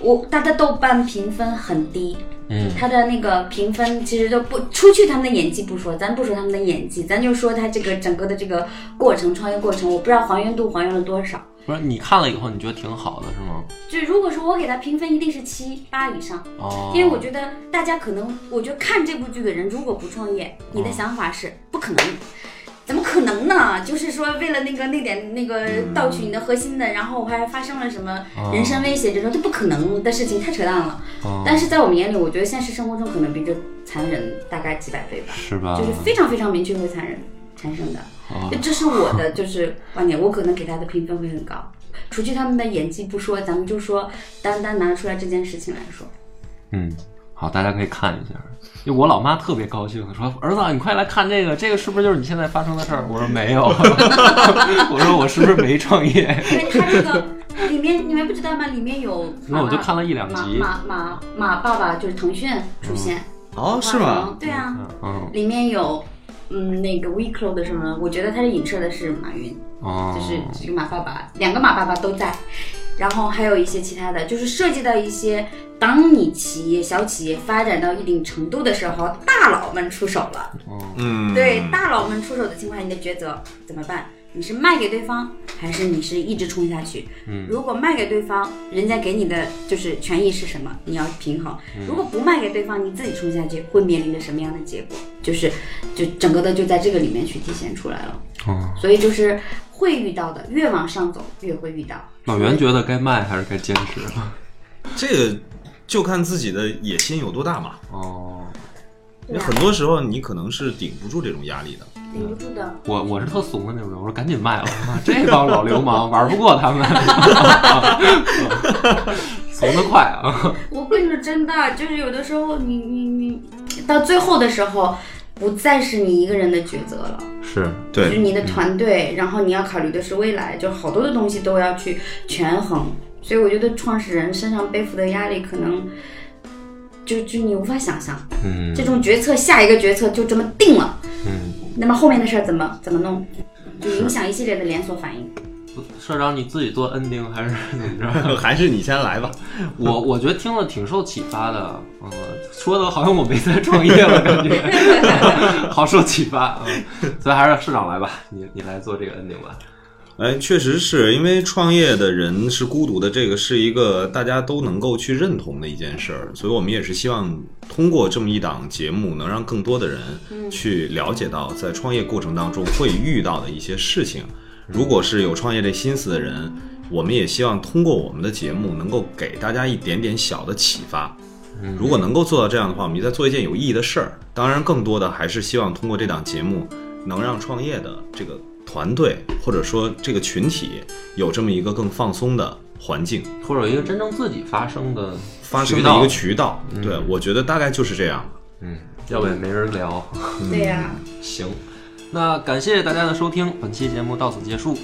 Speaker 3: 我它的豆瓣评分很低，
Speaker 1: 嗯，
Speaker 3: 它的那个评分其实都不出去他们的演技不说，咱不说他们的演技，咱就说他这个整个的这个过程创业过程，我不知道还原度还原了多少。
Speaker 1: 不是你看了以后你觉得挺好的是吗？
Speaker 3: 就如果说我给他评分，一定是七八以上，
Speaker 1: 哦，
Speaker 3: 因为我觉得大家可能，我觉得看这部剧的人如果不创业，你
Speaker 1: 哦
Speaker 3: 的想法是不可能，怎么可能呢？就是说为了那个那点那个
Speaker 1: 嗯
Speaker 3: 盗取你的核心的，然后还发生了什么人身威胁这种，这不可能的事情太扯淡了。
Speaker 1: 哦
Speaker 3: 但是在我们眼里，我觉得现实生活中可能比这残忍大概几百倍吧，
Speaker 1: 是吧？
Speaker 3: 就是非常非常明确会残忍产生的。
Speaker 1: 哦
Speaker 3: 就这是我的就是 (laughs) 观点，我可能给他的评分会很高。除去他们的演技不说，咱们就说单单拿出来这件事情来说，
Speaker 1: 嗯，好，大家可以看一下。就我老妈特别高兴，说：“儿子，你快来看这个，这个是不是就是你现在发生的事儿？”我说：“没有。” (laughs) 我说：“我是不是没创业
Speaker 3: 因为他这个里面你们不知道吗？里面有？”
Speaker 1: 那我就
Speaker 3: 马
Speaker 1: 看了一两
Speaker 3: 马
Speaker 1: 集。
Speaker 3: 马马马爸爸就是腾讯出现
Speaker 2: 哦，是吗？？
Speaker 3: 对啊，
Speaker 1: 嗯，
Speaker 3: 里面有嗯那个 Weeklo 的什么，我觉得他是影射的是马云。
Speaker 1: 哦，
Speaker 3: 就是这个马爸爸，两个马爸爸都在，然后还有一些其他的，就是涉及到一些，当你企业小企业发展到一定程度的时候，大佬们出手了，
Speaker 2: 嗯，
Speaker 3: 对，大佬们出手的情况下，你的抉择怎么办？你是卖给对方，还是你是一直冲下去？
Speaker 1: 嗯
Speaker 3: 如果卖给对方，人家给你的就是权益是什么？你要平衡。如果不卖给对方，你自己冲下去，会面临着什么样的结果？就是，就整个的就在这个里面去体现出来了。
Speaker 1: 哦
Speaker 3: 所以就是会遇到的，越往上走越会遇到。
Speaker 1: 老袁觉得该卖还是该坚持？
Speaker 2: 这个就看自己的野心有多大嘛。
Speaker 1: 哦，
Speaker 2: 因为
Speaker 3: 啊
Speaker 2: 很多时候你可能是顶不住这种压力的。
Speaker 3: 顶不住的，
Speaker 1: 我我是特怂的那种人，我说赶紧卖了，这帮老流氓 (laughs) 玩不过他们，嗯怂得快啊！
Speaker 3: 我跟你说真的，就是有的时候你你你到最后的时候，不再是你一个人的抉择了，
Speaker 1: 是，
Speaker 3: 就是，你的团队，然后你要考虑的是未来，就好多的东西都要去权衡。所以我觉得创始人身上背负的压力可能。就就你无法想象，
Speaker 1: 嗯
Speaker 3: 这种决策下一个决策就这么定了，
Speaker 1: 嗯。
Speaker 3: 那么后面的事儿怎么怎么弄，就影响一系列的连锁反应。
Speaker 1: 社长你自己做 ending 还是怎么着？
Speaker 2: (laughs) 还是你先来吧。
Speaker 1: (laughs) 我我觉得听了挺受启发的，嗯，说的好像我没在创业了，感 (laughs) 觉好受启发，嗯，所以还是市长来吧，你你来做这个 ending 吧，
Speaker 2: 哎，确实是因为创业的人是孤独的，这个是一个大家都能够去认同的一件事儿，所以我们也是希望通过这么一档节目，能让更多的人去了解到，在创业过程当中会遇到的一些事情。如果是有创业这心思的人，我们也希望通过我们的节目，能够给大家一点点小的启发。如果能够做到这样的话，我们就在做一件有意义的事儿。当然，更多的还是希望通过这档节目，能让创业的这个团队或者说这个群体有这么一个更放松的环境，
Speaker 1: 或者有一个真正自己发生的
Speaker 2: 发生
Speaker 1: 渠
Speaker 2: 的
Speaker 1: 道
Speaker 2: 一个渠道。对，我觉得大概就是这样。
Speaker 1: 嗯，要不然没人聊。
Speaker 3: 对呀、
Speaker 1: 行，那感谢大家的收听，本期节目到此结束。